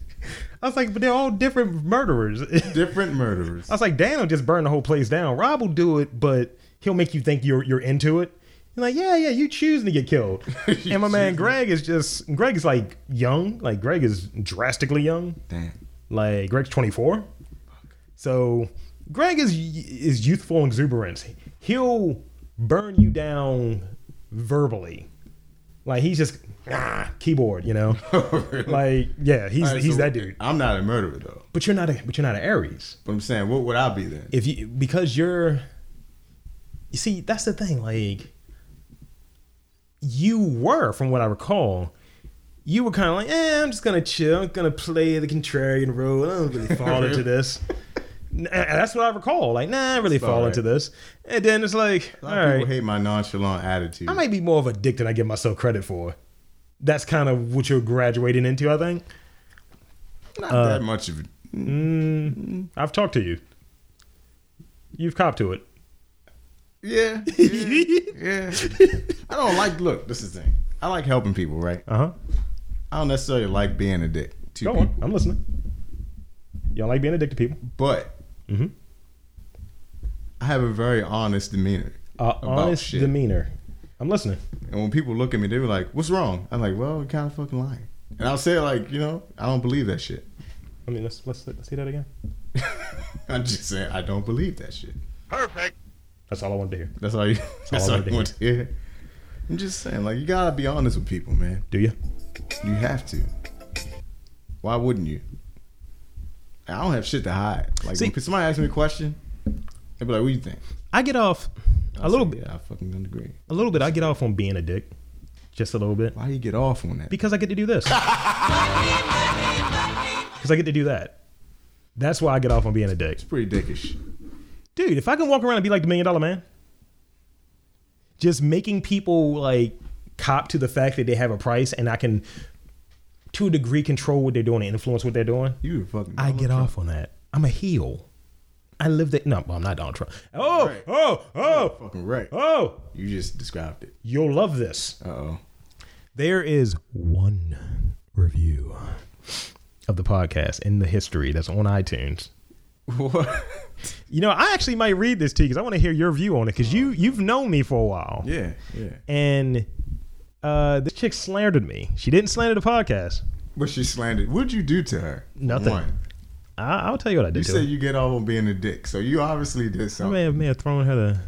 [SPEAKER 1] I was like, but they're all different murderers.
[SPEAKER 2] Different murderers.
[SPEAKER 1] I was like, Dan will just burn the whole place down. Rob will do it, but he'll make you think you're you're into it. You're like, yeah, yeah, you choosing to get killed. and my man Greg is just Greg is like young, like Greg is drastically young.
[SPEAKER 2] Damn.
[SPEAKER 1] Like Greg's 24. So Greg is is youthful exuberance. He'll burn you down verbally. Like he's just ah, keyboard, you know. Like yeah, he's
[SPEAKER 2] Oh, All right,
[SPEAKER 1] he's
[SPEAKER 2] so
[SPEAKER 1] that dude.
[SPEAKER 2] I'm not a murderer though.
[SPEAKER 1] But you're not a but you're not an Aries
[SPEAKER 2] But I'm saying, what would I be then?
[SPEAKER 1] if you because you're you see that's the thing like you were from what i recall you were kind of like eh, i'm just gonna chill i'm gonna play the contrarian role i don't really fall into this N- and that's what i recall like nah i don't really fall
[SPEAKER 2] Alright.
[SPEAKER 1] into this and then it's like
[SPEAKER 2] a
[SPEAKER 1] all
[SPEAKER 2] lot of people
[SPEAKER 1] right
[SPEAKER 2] hate my nonchalant attitude.
[SPEAKER 1] i might be more of a dick than i give myself credit for that's kind of what you're graduating into i think
[SPEAKER 2] not
[SPEAKER 1] Uh,
[SPEAKER 2] that much of. a-
[SPEAKER 1] i've talked to you you've copped to it
[SPEAKER 2] Yeah, yeah, yeah. I don't like. Look, this is the thing. I like helping people, right?
[SPEAKER 1] uh-huh
[SPEAKER 2] I don't necessarily like being a dick to
[SPEAKER 1] Go
[SPEAKER 2] people,
[SPEAKER 1] on. I'm listening. Y'all like being addicted people.
[SPEAKER 2] but
[SPEAKER 1] Mhm.
[SPEAKER 2] I have a very honest demeanor
[SPEAKER 1] Uh,
[SPEAKER 2] about
[SPEAKER 1] honest
[SPEAKER 2] shit.
[SPEAKER 1] demeanor. I'm listening.
[SPEAKER 2] and when people look at me, they were like, "What's wrong?" I'm like, "Well, you're kind of fucking lying." And I'll say like, you know, I don't believe that shit.
[SPEAKER 1] I mean, let's let's, let's see that again.
[SPEAKER 2] I'm just saying I don't believe that shit.
[SPEAKER 3] Perfect.
[SPEAKER 1] That's all I wanted to hear.
[SPEAKER 2] That's all you. That's all,
[SPEAKER 1] I
[SPEAKER 2] you want to hear. I'm just saying, like you gotta be honest with people, man.
[SPEAKER 1] Do you?
[SPEAKER 2] You have to. Why wouldn't you? I don't have shit to hide. Like
[SPEAKER 1] See-
[SPEAKER 2] if somebody asks me a question, they'd be like, "What do you think?"
[SPEAKER 1] I get off
[SPEAKER 2] I'll
[SPEAKER 1] a little
[SPEAKER 2] say,
[SPEAKER 1] bit.
[SPEAKER 2] Yeah, I fucking don't agree.
[SPEAKER 1] A little bit. I get off on being a dick, just a little bit,
[SPEAKER 2] Why you get off on that?
[SPEAKER 1] because I get to do this. Because I get to do that. That's why I get off on being a dick,
[SPEAKER 2] it's pretty dickish.
[SPEAKER 1] dude. If I can walk around and be like the million dollar man, just making people like cop to the fact that they have a price and I can, to a degree, control what they're doing and influence what they're doing.
[SPEAKER 2] You fucking.
[SPEAKER 1] I get off on that. I'm a heel. I live that. No, well, I'm not Donald Trump. Oh,
[SPEAKER 2] Right.
[SPEAKER 1] oh, oh,
[SPEAKER 2] Fucking right.
[SPEAKER 1] oh.
[SPEAKER 2] You just described it.
[SPEAKER 1] You'll love this.
[SPEAKER 2] Uh oh.
[SPEAKER 1] There is one review of the podcast in the history that's on iTunes.
[SPEAKER 2] What?
[SPEAKER 1] You know, I actually might read this to you because I want to hear your view on it because you you've known me for a while.
[SPEAKER 2] Yeah, yeah.
[SPEAKER 1] And uh, this chick slandered me. She didn't slander the podcast.
[SPEAKER 2] But she slandered. What'd you do to her?
[SPEAKER 1] Nothing.
[SPEAKER 2] One.
[SPEAKER 1] I, I'll tell you what I did.
[SPEAKER 2] You
[SPEAKER 1] to
[SPEAKER 2] said
[SPEAKER 1] her.
[SPEAKER 2] you get off on being a dick, so you obviously did
[SPEAKER 1] I
[SPEAKER 2] something.
[SPEAKER 1] may have, may have thrown her the,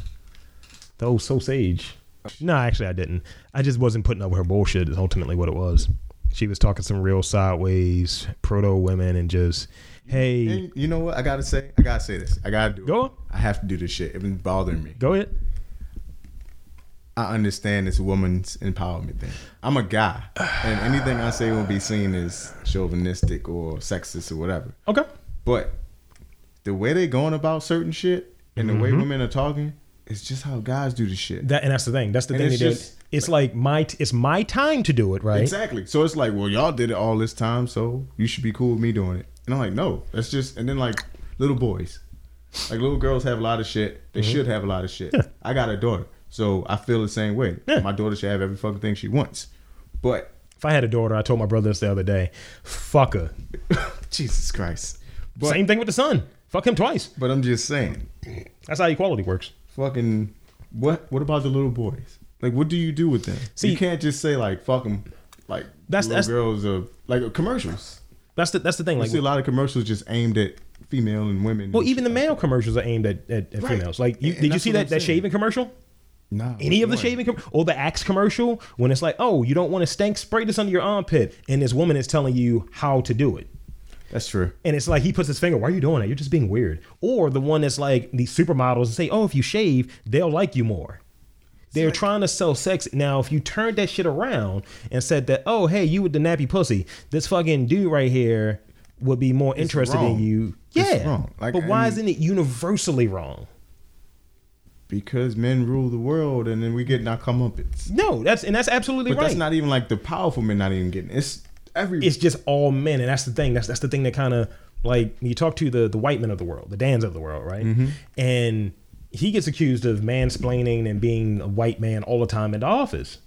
[SPEAKER 1] the old so sage. No, actually, I didn't. I just wasn't putting up with her bullshit. Is ultimately what it was. She was talking some real sideways proto women and just, hey,
[SPEAKER 2] And you know what? I gotta say, I gotta say this. I gotta do
[SPEAKER 1] Go
[SPEAKER 2] it.
[SPEAKER 1] on.
[SPEAKER 2] I have to do this shit. It's been bothering me.
[SPEAKER 1] go ahead.
[SPEAKER 2] I understand this woman's empowerment thing. I'm a guy, and anything I say will be seen as chauvinistic or sexist or whatever.
[SPEAKER 1] Okay.
[SPEAKER 2] But the way they're going about certain shit and the way women are talking is just how guys do the shit.
[SPEAKER 1] Mm-hmm. That and that's the thing. That's the
[SPEAKER 2] And
[SPEAKER 1] thing they
[SPEAKER 2] it's
[SPEAKER 1] did.
[SPEAKER 2] just-
[SPEAKER 1] It's like my t- it's my time to do it, right?
[SPEAKER 2] Exactly. So it's like, well, y'all did it all this time, so you should be cool with me doing it. And I'm like, no, that's just. And then like little boys, like little girls have a lot of shit. They
[SPEAKER 1] Mm-hmm.
[SPEAKER 2] should have a lot of shit. I got a daughter, so I feel the same way.
[SPEAKER 1] Yeah.
[SPEAKER 2] My daughter should have every fucking thing she wants. But
[SPEAKER 1] If I had a daughter, I told my brother this the other day. Fuck her.
[SPEAKER 2] Jesus Christ. But
[SPEAKER 1] Same thing with the son. Fuck him twice.
[SPEAKER 2] but I'm just saying,
[SPEAKER 1] That's how equality works.
[SPEAKER 2] fucking what? What about the little boys? Like, what do you do with them?
[SPEAKER 1] See-
[SPEAKER 2] you can't just say like fuck them. Like that's,
[SPEAKER 1] That's- that's-
[SPEAKER 2] little girls are like uh, commercials.
[SPEAKER 1] That's the that's the thing.
[SPEAKER 2] I
[SPEAKER 1] Like
[SPEAKER 2] see a lot of commercials just aimed at female and women.
[SPEAKER 1] Well, even the male commercials are aimed at, at, at
[SPEAKER 2] Right.
[SPEAKER 1] females. Like, you,
[SPEAKER 2] And
[SPEAKER 1] did you
[SPEAKER 2] that's
[SPEAKER 1] see
[SPEAKER 2] what
[SPEAKER 1] that,
[SPEAKER 2] I'm
[SPEAKER 1] that
[SPEAKER 2] saying.
[SPEAKER 1] shaving commercial?
[SPEAKER 2] Nah,
[SPEAKER 1] Any of the
[SPEAKER 2] which one?
[SPEAKER 1] shaving com- or the axe commercial when it's like, oh, you don't want to stank, spray this under your armpit, and this woman is telling you how to do it.
[SPEAKER 2] That's true.
[SPEAKER 1] And it's like he puts his finger. Why are you doing that? You're just being weird. Or the one that's like the supermodels and say, oh, if you shave, they'll like you more. They're trying to sell sex. Now, if you turned that shit around and said that, oh, hey, you with the nappy pussy, this fucking dude right here would be more interested in
[SPEAKER 2] wrong.
[SPEAKER 1] you. Yeah.
[SPEAKER 2] It's wrong. Like,
[SPEAKER 1] but why
[SPEAKER 2] and-
[SPEAKER 1] isn't it universally wrong?
[SPEAKER 2] Because men rule the world, and then we get our comeuppance.
[SPEAKER 1] No, that's and that's absolutely
[SPEAKER 2] But
[SPEAKER 1] right.
[SPEAKER 2] that's not even like the powerful men not even getting. it. It's every.
[SPEAKER 1] it's just all men, and that's the thing. That's that's the thing that kind of like when you talk to the the white men of the world, the Dans of the world, right?
[SPEAKER 2] Mm-hmm.
[SPEAKER 1] And he gets accused of mansplaining and being a white man all the time in the office.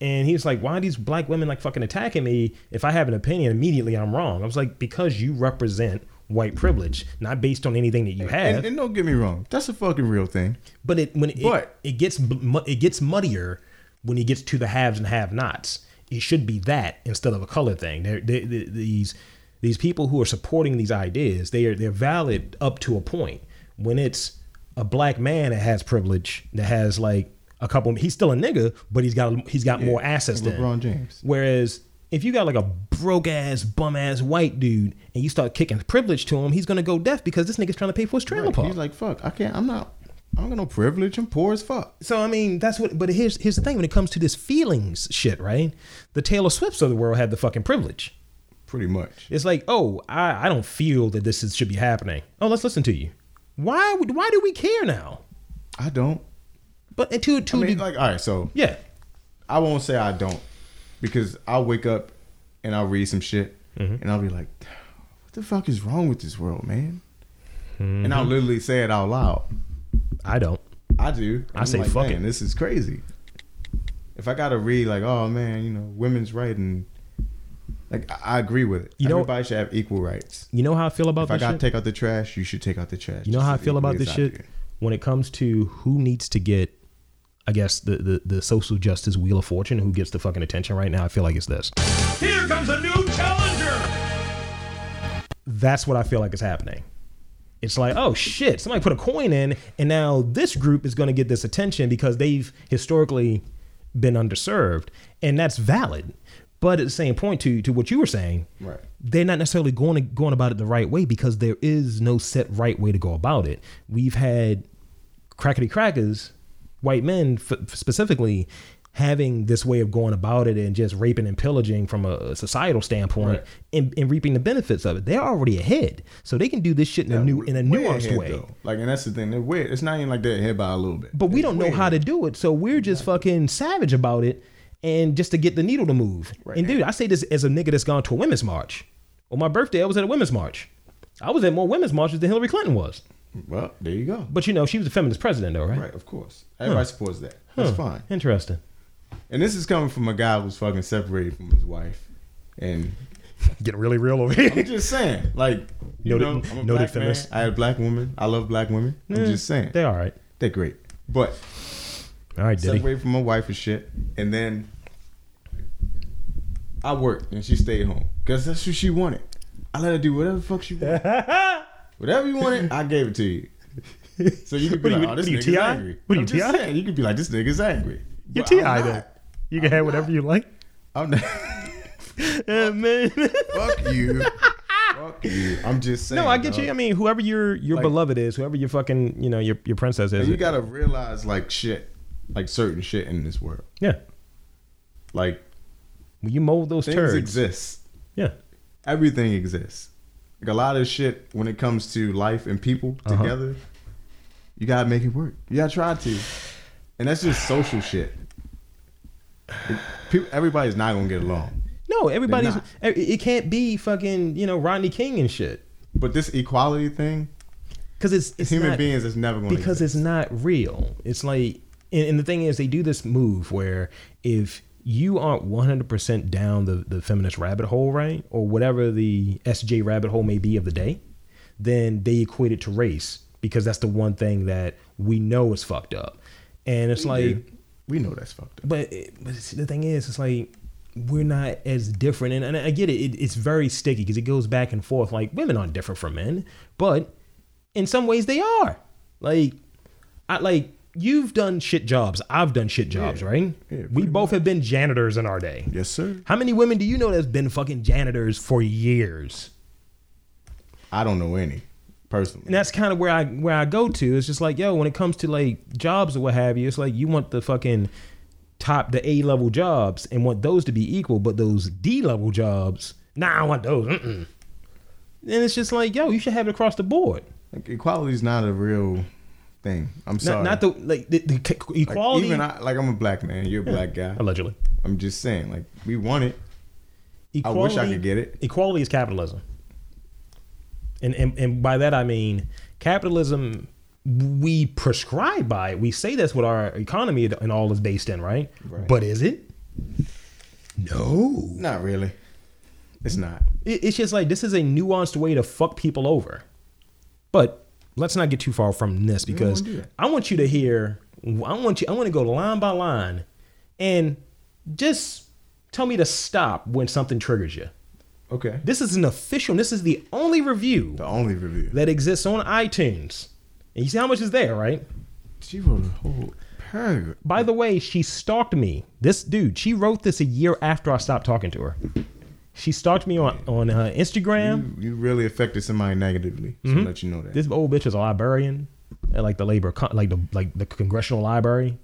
[SPEAKER 1] And he's like, "Why are these black women like fucking attacking me? If I have an opinion, immediately I'm wrong." I was like, "Because you represent white privilege, not based on anything that you have."
[SPEAKER 2] and, and don't get me wrong, that's a fucking real thing.
[SPEAKER 1] But it when it,
[SPEAKER 2] But-
[SPEAKER 1] it gets mu- it gets muddier when it gets to the haves and have-nots. It should be that instead of a color thing. They're, they they these these people who are supporting these ideas they are they're valid up to a point. When it's a black man that has privilege that has like a couple, he's still a nigga, but he's got he's got more assets than
[SPEAKER 2] LeBron James.
[SPEAKER 1] Whereas if you got like a broke ass bum ass white dude and you start kicking privilege to him, he's gonna go deaf because this nigga's trying to pay for his trailer park.
[SPEAKER 2] He's like, fuck, I can't. I'm not. I don't got no privilege. I'm poor as fuck.
[SPEAKER 1] So I mean, that's what. But here's here's the thing when it comes to this feelings shit, right? The Taylor Swifts of the world have the fucking privilege.
[SPEAKER 2] Pretty much.
[SPEAKER 1] It's like, oh, I, I don't feel that this is, should be happening. Oh, let's listen to you. Why would- why do we care now?
[SPEAKER 2] I don't.
[SPEAKER 1] But and to to
[SPEAKER 2] I mean, like, all right. So
[SPEAKER 1] yeah,
[SPEAKER 2] I won't say I don't, because I'll wake up and I'll read some shit,
[SPEAKER 1] Mm-hmm.
[SPEAKER 2] and I'll be like, what the fuck is wrong with this world, man? And
[SPEAKER 1] Mm-hmm.
[SPEAKER 2] I'll literally say it out loud.
[SPEAKER 1] I don't.
[SPEAKER 2] I do.
[SPEAKER 1] I say,
[SPEAKER 2] like,
[SPEAKER 1] "Fuck
[SPEAKER 2] man,
[SPEAKER 1] it."
[SPEAKER 2] This is crazy. If I gotta read like, oh man, you know, women's right and like I I agree with it.
[SPEAKER 1] You know-
[SPEAKER 2] everybody should have equal rights.
[SPEAKER 1] You know how I feel about
[SPEAKER 2] If I
[SPEAKER 1] this.
[SPEAKER 2] gotta
[SPEAKER 1] shit?
[SPEAKER 2] take out the trash, you should take out the trash.
[SPEAKER 1] You know how I
[SPEAKER 2] Just as
[SPEAKER 1] feel about
[SPEAKER 2] equally
[SPEAKER 1] this
[SPEAKER 2] as I
[SPEAKER 1] shit
[SPEAKER 2] do.
[SPEAKER 1] when it comes to who needs to get, I guess the, the the social justice wheel of fortune. Who gets the fucking attention right now? I feel like it's this.
[SPEAKER 3] Here comes a new challenger.
[SPEAKER 1] That's what I feel like is happening. It's like, oh shit, somebody put a coin in, and now this group is going to get this attention because they've historically been underserved, and that's valid. But at the same point, to to what you were saying,
[SPEAKER 2] Right.
[SPEAKER 1] they're not necessarily going going about it the right way because there is no set right way to go about it. We've had crackety crackers, white men f- specifically, having this way of going about it and just raping and pillaging from a societal standpoint
[SPEAKER 2] Right.
[SPEAKER 1] and, and reaping the benefits of it. They're already ahead, so they can do this shit in a new in a
[SPEAKER 2] Way
[SPEAKER 1] nuanced
[SPEAKER 2] ahead,
[SPEAKER 1] way.
[SPEAKER 2] though. Like, and that's the thing. They're weird. It's not even like they're ahead by a little bit.
[SPEAKER 1] But we
[SPEAKER 2] It's
[SPEAKER 1] don't know
[SPEAKER 2] weird.
[SPEAKER 1] how to do it, so we're just fucking savage about it, and just to get the needle to move.
[SPEAKER 2] Right.
[SPEAKER 1] And dude, I say this as a nigga that's gone to a women's march. On my birthday, I was at a women's march. I was at more women's marches than Hillary Clinton was.
[SPEAKER 2] Well, there you go.
[SPEAKER 1] But you know, she was a feminist president, though, right?
[SPEAKER 2] Right, of course. Everybody supports that. That's
[SPEAKER 1] Huh.
[SPEAKER 2] fine.
[SPEAKER 1] Interesting.
[SPEAKER 2] And this is coming from a guy who's fucking separated from his wife. And
[SPEAKER 1] Getting really real over
[SPEAKER 2] I'm
[SPEAKER 1] here.
[SPEAKER 2] just saying, like, you know,
[SPEAKER 1] Noted-
[SPEAKER 2] I'm a
[SPEAKER 1] noted
[SPEAKER 2] black man.
[SPEAKER 1] feminist. Eh,
[SPEAKER 2] I had a black woman. I love black women. I'm just saying,
[SPEAKER 1] They all right.
[SPEAKER 2] they're great. But
[SPEAKER 1] All right, Diddy.
[SPEAKER 2] separated from my wife and shit, and then I worked and she stayed home because that's what she wanted. I let her do whatever the fuck she wanted. whatever you wanted, I gave it to you. So you could be
[SPEAKER 1] What are
[SPEAKER 2] like,
[SPEAKER 1] you-
[SPEAKER 2] oh, this
[SPEAKER 1] what are you,
[SPEAKER 2] nigga's
[SPEAKER 1] T.I.?
[SPEAKER 2] angry.
[SPEAKER 1] What are you,
[SPEAKER 2] I'm just
[SPEAKER 1] T.I.?
[SPEAKER 2] saying, You could be like, this nigga's angry.
[SPEAKER 1] You're
[SPEAKER 2] But I'm
[SPEAKER 1] T.I. then.
[SPEAKER 2] not.
[SPEAKER 1] You can have whatever you like.
[SPEAKER 2] I'm not.
[SPEAKER 1] man.
[SPEAKER 2] fuck you. fuck you. I'm just saying.
[SPEAKER 1] no, I get
[SPEAKER 2] dog.
[SPEAKER 1] you. I mean, whoever your your
[SPEAKER 2] Like-
[SPEAKER 1] beloved is, whoever your fucking you know your your princess is.
[SPEAKER 2] And you gotta realize like shit, like certain shit in this world.
[SPEAKER 1] yeah.
[SPEAKER 2] Like
[SPEAKER 1] When you mold those
[SPEAKER 2] things
[SPEAKER 1] turds.
[SPEAKER 2] exist.
[SPEAKER 1] Yeah.
[SPEAKER 2] everything exists. Like a lot of shit when it comes to life and people
[SPEAKER 1] Uh-huh.
[SPEAKER 2] together, you gotta make it work. You gotta try to, and that's just social shit. It- peop- everybody's not gonna get along,
[SPEAKER 1] No, everybody's.
[SPEAKER 2] not.
[SPEAKER 1] It it can't be fucking you know Rodney King and shit
[SPEAKER 2] but this equality thing,
[SPEAKER 1] because it's it's
[SPEAKER 2] human
[SPEAKER 1] not,
[SPEAKER 2] beings is never gonna
[SPEAKER 1] because
[SPEAKER 2] exist.
[SPEAKER 1] it's not real. It's like, and, and the thing is, they do this move where if you aren't 100% down the, the feminist rabbit hole, right, or whatever the SJ rabbit hole may be of the day, then they equate it to race because that's the one thing that we know is fucked up. And it's like,
[SPEAKER 2] Dude, we know that's fucked up.
[SPEAKER 1] but but see, the thing is, it's like we're not as different, and, and I get it, it. It's very sticky because it goes back and forth. Like women aren't different from men, but in some ways they are. Like I like you've done shit jobs. I've done shit jobs,
[SPEAKER 2] Yeah.
[SPEAKER 1] right?
[SPEAKER 2] Yeah,
[SPEAKER 1] we
[SPEAKER 2] pretty
[SPEAKER 1] both have been janitors in our day.
[SPEAKER 2] Yes, sir.
[SPEAKER 1] How many women do you know that's been fucking janitors for years?
[SPEAKER 2] I don't know any personally.
[SPEAKER 1] and that's kind of where I where I go to. It's just like, yo, when it comes to like jobs or what have you, it's like you want the fucking top the A level jobs and want those to be equal, but those D level jobs, nah, I want those. Mm-mm. And it's just like, yo, you should have it across the board.
[SPEAKER 2] like, equality is not a real thing. I'm
[SPEAKER 1] Not,
[SPEAKER 2] sorry.
[SPEAKER 1] not the like the, the c-
[SPEAKER 2] Like,
[SPEAKER 1] equality.
[SPEAKER 2] even I, like I'm a black man. You're a black guy.
[SPEAKER 1] allegedly,
[SPEAKER 2] I'm just saying. Like we want it.
[SPEAKER 1] equality,
[SPEAKER 2] wish I could get it.
[SPEAKER 1] Equality is capitalism, and and, and by that I mean capitalism. We prescribe by it. We say that's what our economy and all is based in, right?
[SPEAKER 2] Right.
[SPEAKER 1] But is it? No.
[SPEAKER 2] Not really. It's not.
[SPEAKER 1] It- It's just like this is a nuanced way to fuck people over. But let's not get too far from this
[SPEAKER 2] don't wanna
[SPEAKER 1] because
[SPEAKER 2] do that.
[SPEAKER 1] I want you to hear. I want you. I want to go line by line, and just tell me to stop when something triggers you.
[SPEAKER 2] Okay.
[SPEAKER 1] This is an official. This is the only review
[SPEAKER 2] The only review.
[SPEAKER 1] that exists on iTunes. And you see how much is there, right?
[SPEAKER 2] She wrote a whole paragraph.
[SPEAKER 1] By the way, she stalked me. This dude, she wrote this a year after I stopped talking to her. She stalked me on on uh, Instagram.
[SPEAKER 2] You, you really affected somebody negatively. So let you know that.
[SPEAKER 1] Mm-hmm. This old bitch is a librarian at like the labor, con- like the like the congressional library,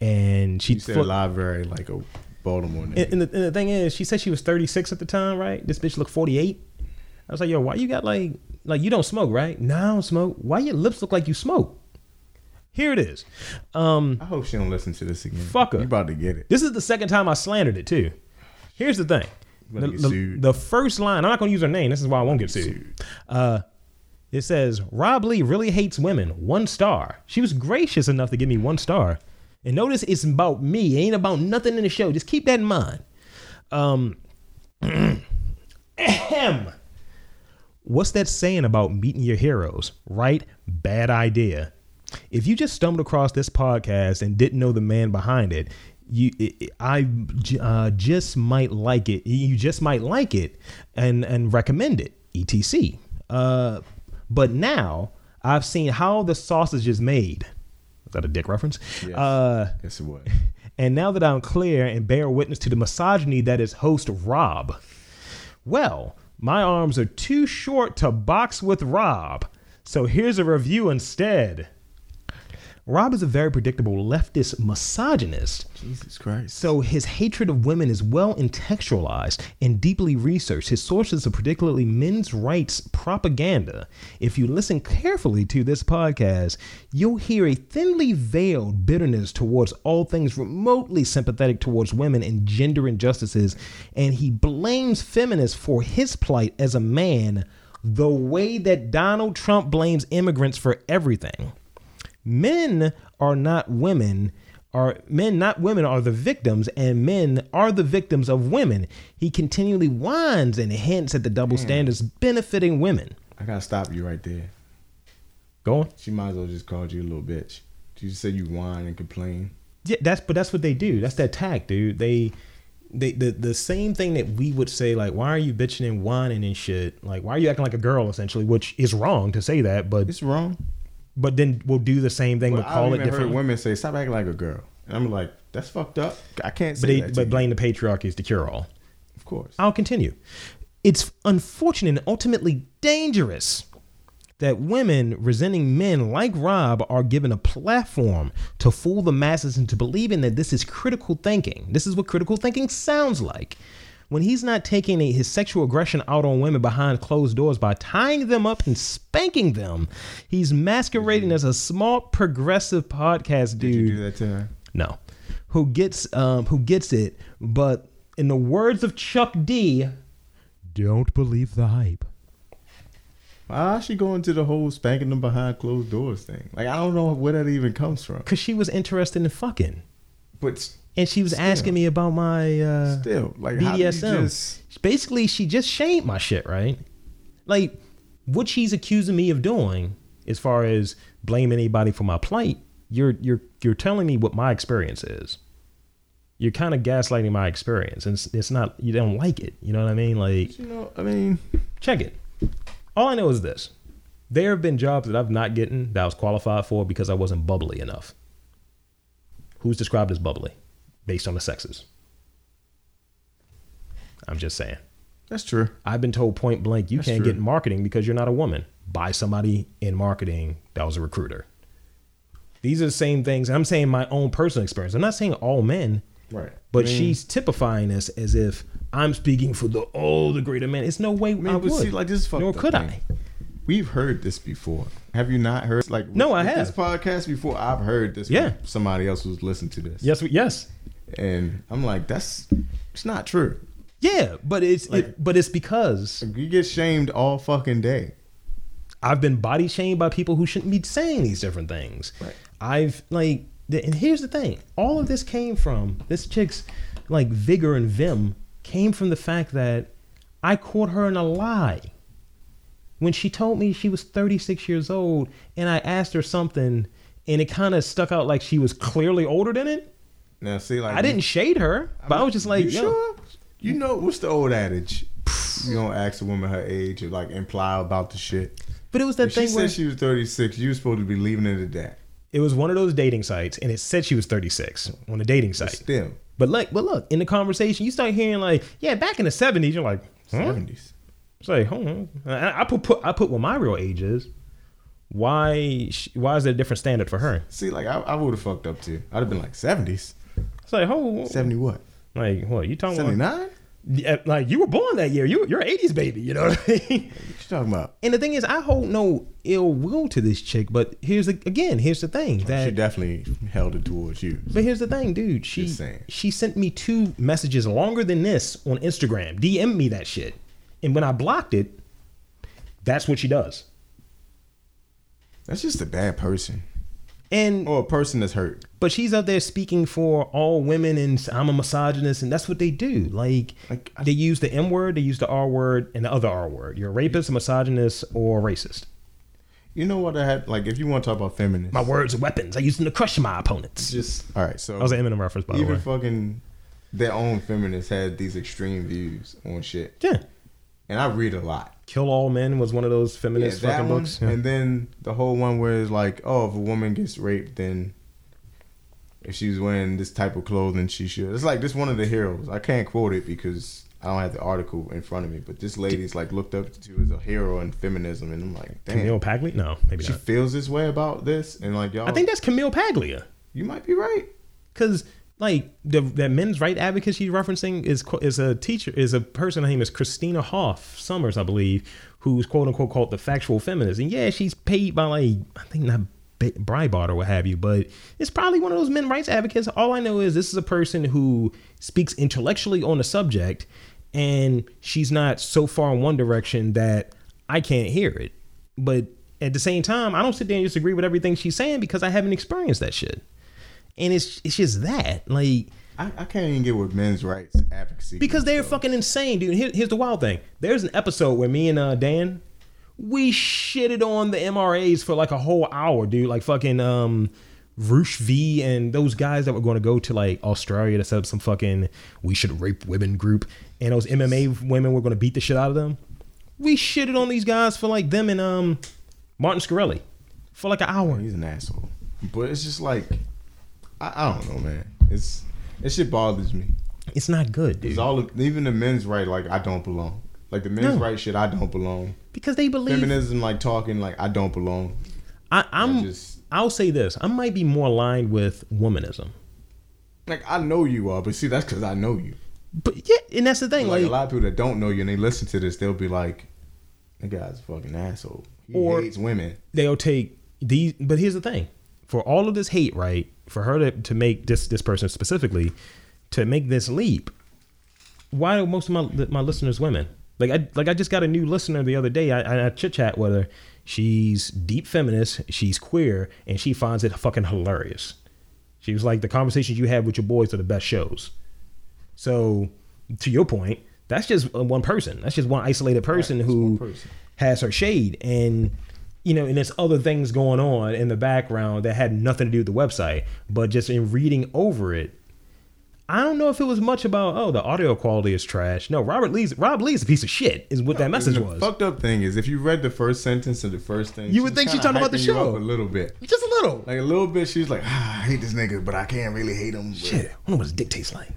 [SPEAKER 1] and she
[SPEAKER 2] you said
[SPEAKER 1] flipped-
[SPEAKER 2] library like a Baltimore nigga.
[SPEAKER 1] And, and, the, and the thing is, she said she was 36 at the time, right? This bitch looked 48. I was like, yo, why you got like, like you don't smoke, right? No, I don't smoke. Why your lips look like you smoke? Here it is. Um,
[SPEAKER 2] I hope she don't listen to this again.
[SPEAKER 1] Fuck her.
[SPEAKER 2] You about to get it.
[SPEAKER 1] this is the second time I slandered it too. Here's the thing.
[SPEAKER 2] Gonna
[SPEAKER 1] The,
[SPEAKER 2] get
[SPEAKER 1] the-
[SPEAKER 2] sued.
[SPEAKER 1] the first line, I'm not gonna use her name. This is why I won't get sued. Uh, it says Rob Lee really hates women. One star. She was gracious enough to give me one star. And notice it's about me. It ain't about nothing in the show. Just keep that in mind. Um, ahem. What's that saying about meeting your heroes? Right? Bad idea. If you just stumbled across this podcast and didn't know the man behind it, you I uh, just might like it. You just might like it and and recommend it. etc. Uh, but now I've seen how the sausage is made. Is that a dick reference?
[SPEAKER 2] Yes.
[SPEAKER 1] Uh,
[SPEAKER 2] Yes, it was.
[SPEAKER 1] and now that I'm clear and bear witness to the misogyny that is host Rob, well, my arms are too short to box with Rob, so here's a review instead. Rob is a very predictable leftist misogynist,
[SPEAKER 2] Jesus Christ.
[SPEAKER 1] so his hatred of women is well contextualized and deeply researched. His sources are particularly men's rights propaganda. If you listen carefully to this podcast, you'll hear a thinly veiled bitterness towards all things remotely sympathetic towards women and gender injustices, and he blames feminists for his plight as a man the way that Donald Trump blames immigrants for everything men are not women are men not women are the victims and men are the victims of women he continually whines and hints at the double standards benefiting women
[SPEAKER 2] I gotta stop you right there.
[SPEAKER 1] go on
[SPEAKER 2] She might as well just called you a little bitch. She just said you whine and complain.
[SPEAKER 1] yeah that's but that's what they do that's that tag dude they they the, the same thing that we would say like why are you bitching and whining and shit like why are you acting like a girl essentially which is wrong to say that but
[SPEAKER 2] It's wrong.
[SPEAKER 1] but then we'll do the same thing
[SPEAKER 2] But
[SPEAKER 1] we'll
[SPEAKER 2] I
[SPEAKER 1] call
[SPEAKER 2] don't
[SPEAKER 1] it
[SPEAKER 2] even heard
[SPEAKER 1] different
[SPEAKER 2] women say stop acting like a girl, and I'm like that's fucked up. I can't say
[SPEAKER 1] but they
[SPEAKER 2] that. to
[SPEAKER 1] but
[SPEAKER 2] you.
[SPEAKER 1] blame the patriarchy is the cure all
[SPEAKER 2] of course.
[SPEAKER 1] I'll continue. It's unfortunate and ultimately dangerous that women resenting men like Rob are given a platform to fool the masses into believing that this is critical thinking. This is what critical thinking sounds like. When he's not taking his sexual aggression out on women behind closed doors by tying them up and spanking them, he's masquerading as a small progressive podcast
[SPEAKER 2] Mm-hmm.
[SPEAKER 1] dude
[SPEAKER 2] Did you do that to her?
[SPEAKER 1] no who gets um who gets it but in the words of chuck d don't believe the hype
[SPEAKER 2] Why is she going to the whole spanking them behind closed doors thing? Like I don't know where that even comes from.
[SPEAKER 1] because she was interested in fucking
[SPEAKER 2] But s-
[SPEAKER 1] and she was asking me about my uh
[SPEAKER 2] still, like how do you
[SPEAKER 1] bdsm
[SPEAKER 2] just
[SPEAKER 1] basically she just shamed my shit right like what she's accusing me of doing as far as blaming anybody for my plight you're you're you're telling me what my experience is you're kind of gaslighting my experience and it's, it's not you don't like it you know what i mean like
[SPEAKER 2] you know? I mean,
[SPEAKER 1] check it. All I know is this: there have been jobs that I've not gotten that I was qualified for because I wasn't bubbly enough. Who's described as bubbly, based on the sexes? I'm just saying.
[SPEAKER 2] that's true.
[SPEAKER 1] I've been told point blank, you
[SPEAKER 2] That's
[SPEAKER 1] can't
[SPEAKER 2] true.
[SPEAKER 1] get marketing because you're not a woman. Buy somebody in marketing that was a recruiter. These are the same things. I'm saying my own personal experience. I'm not saying all men.
[SPEAKER 2] Right.
[SPEAKER 1] But
[SPEAKER 2] I mean-
[SPEAKER 1] she's typifying this as if I'm speaking for the all the greater men. It's no way I,
[SPEAKER 2] mean,
[SPEAKER 1] would.
[SPEAKER 2] but see, like, this is fucked
[SPEAKER 1] Nor
[SPEAKER 2] up,
[SPEAKER 1] could
[SPEAKER 2] man.
[SPEAKER 1] I.
[SPEAKER 2] We've heard this before. Have you not heard? Like
[SPEAKER 1] No, I
[SPEAKER 2] with
[SPEAKER 1] have.
[SPEAKER 2] This podcast before I've heard this.
[SPEAKER 1] Yeah.
[SPEAKER 2] from somebody else who's listened to this.
[SPEAKER 1] Yes, we- yes,
[SPEAKER 2] and I'm like, that's it's not true.
[SPEAKER 1] yeah. But it's it, but it's because
[SPEAKER 2] You get shamed all fucking day.
[SPEAKER 1] I've been body shamed by people who shouldn't be saying these different things.
[SPEAKER 2] Right.
[SPEAKER 1] I've like, th- and here's the thing: all of this came from this chick's like vigor and vim came from the fact that I caught her in a lie when she told me she was 36 years old, and I asked her something, and it kind of stuck out like she was clearly older than it.
[SPEAKER 2] Now see, like
[SPEAKER 1] I didn't shade her, but I was just like,
[SPEAKER 2] you
[SPEAKER 1] yo,
[SPEAKER 2] sure? You know what's the old adage? You don't ask a woman her age or like imply about the shit.
[SPEAKER 1] but it was that
[SPEAKER 2] If she
[SPEAKER 1] thing where
[SPEAKER 2] said she was 36. You were supposed to be leaving it at that.
[SPEAKER 1] it was one of those dating sites, and it said she was 36 on the dating site.
[SPEAKER 2] Still,
[SPEAKER 1] But like, but look, in the conversation, you start hearing like, yeah, back in the seventies, you're like, huh?
[SPEAKER 2] 70s.
[SPEAKER 1] It's like, hold on. I, I put, put I put what my real age is. Why sh- why is there a different standard for her?
[SPEAKER 2] See, like I, I would have fucked up too. I'd have been like 70s.
[SPEAKER 1] It's like, hold on.
[SPEAKER 2] 70 what?
[SPEAKER 1] like what you talking about?
[SPEAKER 2] 79? What
[SPEAKER 1] Yeah, like you were born that year. You you're an eighties baby. You know what I mean?
[SPEAKER 2] you talking about?
[SPEAKER 1] And the thing is, I hold no ill will to this chick, but here's the, again, here's the thing that
[SPEAKER 2] She definitely held it towards you.
[SPEAKER 1] But here's the thing, dude. She
[SPEAKER 2] Just saying.
[SPEAKER 1] she sent me two messages longer than this on Instagram. DM me that shit. And when I blocked it, that's what she does.
[SPEAKER 2] That's just a bad person.
[SPEAKER 1] And
[SPEAKER 2] Or a person that's hurt.
[SPEAKER 1] but she's out there speaking for all women and I'm a misogynist and that's what they do. Like,
[SPEAKER 2] Like, I-
[SPEAKER 1] they use the M word, they use the R word and the other R word. You're a rapist, a misogynist or a racist.
[SPEAKER 2] You know what I had? Like, if you want to talk about feminists,
[SPEAKER 1] My words are weapons. I use them to crush my opponents.
[SPEAKER 2] just all right. So
[SPEAKER 1] That was an Eminem reference, by the
[SPEAKER 2] even
[SPEAKER 1] way.
[SPEAKER 2] fucking their own feminists had these extreme views on shit,
[SPEAKER 1] yeah.
[SPEAKER 2] and I read a lot.
[SPEAKER 1] Kill All Men was one of those
[SPEAKER 2] Yeah,
[SPEAKER 1] feminist
[SPEAKER 2] that
[SPEAKER 1] fucking
[SPEAKER 2] one,
[SPEAKER 1] books. Yeah.
[SPEAKER 2] and then the whole one where it's like, oh, if a woman gets raped, then if she's wearing this type of clothing, she should. It's like this one of the heroes. I can't quote it because I don't have the article in front of me, but this lady's like looked up to as a hero in feminism, and I'm like, damn,
[SPEAKER 1] Camille Paglia? No, maybe
[SPEAKER 2] she
[SPEAKER 1] not.
[SPEAKER 2] feels this way about this, and like y'all,
[SPEAKER 1] I think that's Camille Paglia.
[SPEAKER 2] you might be right.
[SPEAKER 1] because like the that men's right advocate she's referencing is qu- is a teacher is a person her name is Christina Hoff Summers I believe who's quote unquote called the factual feminist and yeah she's paid by like I think not Ba- Breitbart or what have you but it's probably one of those men rights advocates all I know is this is a person who speaks intellectually on a subject and she's not so far in one direction that I can't hear it but at the same time I don't sit there and disagree with everything she's saying because I haven't experienced that shit and it's it's just that like
[SPEAKER 2] I, I can't even get with men's rights advocacy
[SPEAKER 1] because they're
[SPEAKER 2] so.
[SPEAKER 1] fucking insane, dude. Here, here's the wild thing: there's an episode where me and uh, Dan we shitted on the MRAs for like a whole hour, dude. Like fucking um, Roosh V and those guys that were going to go to like Australia to set up some fucking we should rape women group, and those MMA women were going to beat the shit out of them. We shitted on these guys for like them and um, Martin Scarelli for like an hour.
[SPEAKER 2] Oh, He's an asshole. But it's just like I, I don't know, man. It's it shit bothers me.
[SPEAKER 1] It's not good,
[SPEAKER 2] It's
[SPEAKER 1] dude,
[SPEAKER 2] all of, even the men's right. Like I don't belong. Like the men's
[SPEAKER 1] No.
[SPEAKER 2] right shit. I don't belong.
[SPEAKER 1] because they believe
[SPEAKER 2] Feminism, like talking, like I don't belong.
[SPEAKER 1] I, I'm.
[SPEAKER 2] just-
[SPEAKER 1] I'll say this: I might be more aligned with womanism,
[SPEAKER 2] Like I know you are, but see, that's because I know you.
[SPEAKER 1] but yeah, and that's the thing.
[SPEAKER 2] Like
[SPEAKER 1] Like,
[SPEAKER 2] a lot of people that don't know you and they listen to this, they'll be like, "That guy's a fucking asshole. He
[SPEAKER 1] Or-
[SPEAKER 2] hates women."
[SPEAKER 1] they'll take these, but here's the thing: for all of this hate, right? For her to, to make this this person specifically to make this leap, why are most of my my listeners women? Like I like I just got a new listener the other day. I, I chit chat with her. She's deep feminist. She's queer, and she finds it fucking hilarious. She was like, "The conversations you have with your boys are the best shows." So, to your point, that's just uh, one person. That's just one isolated person
[SPEAKER 2] that's
[SPEAKER 1] who
[SPEAKER 2] one person.
[SPEAKER 1] has her shade, and you know, and there's other things going on in the background that had nothing to do with the website. But just in reading over it, I don't know if it was much about oh the audio quality is trash. No, Robert Lee's Rob Lee's a piece of shit is what that message
[SPEAKER 2] And the
[SPEAKER 1] was.
[SPEAKER 2] fucked up thing is, if you read the first sentence of the first thing,
[SPEAKER 1] You would think she
[SPEAKER 2] kinda
[SPEAKER 1] talking about the
[SPEAKER 2] hyping you
[SPEAKER 1] show.
[SPEAKER 2] up a little bit.
[SPEAKER 1] Just a little.
[SPEAKER 2] Like a little bit, she's like, ah, I hate this nigga, but I can't really hate him. but-
[SPEAKER 1] Shit, I wonder what his dick tastes like.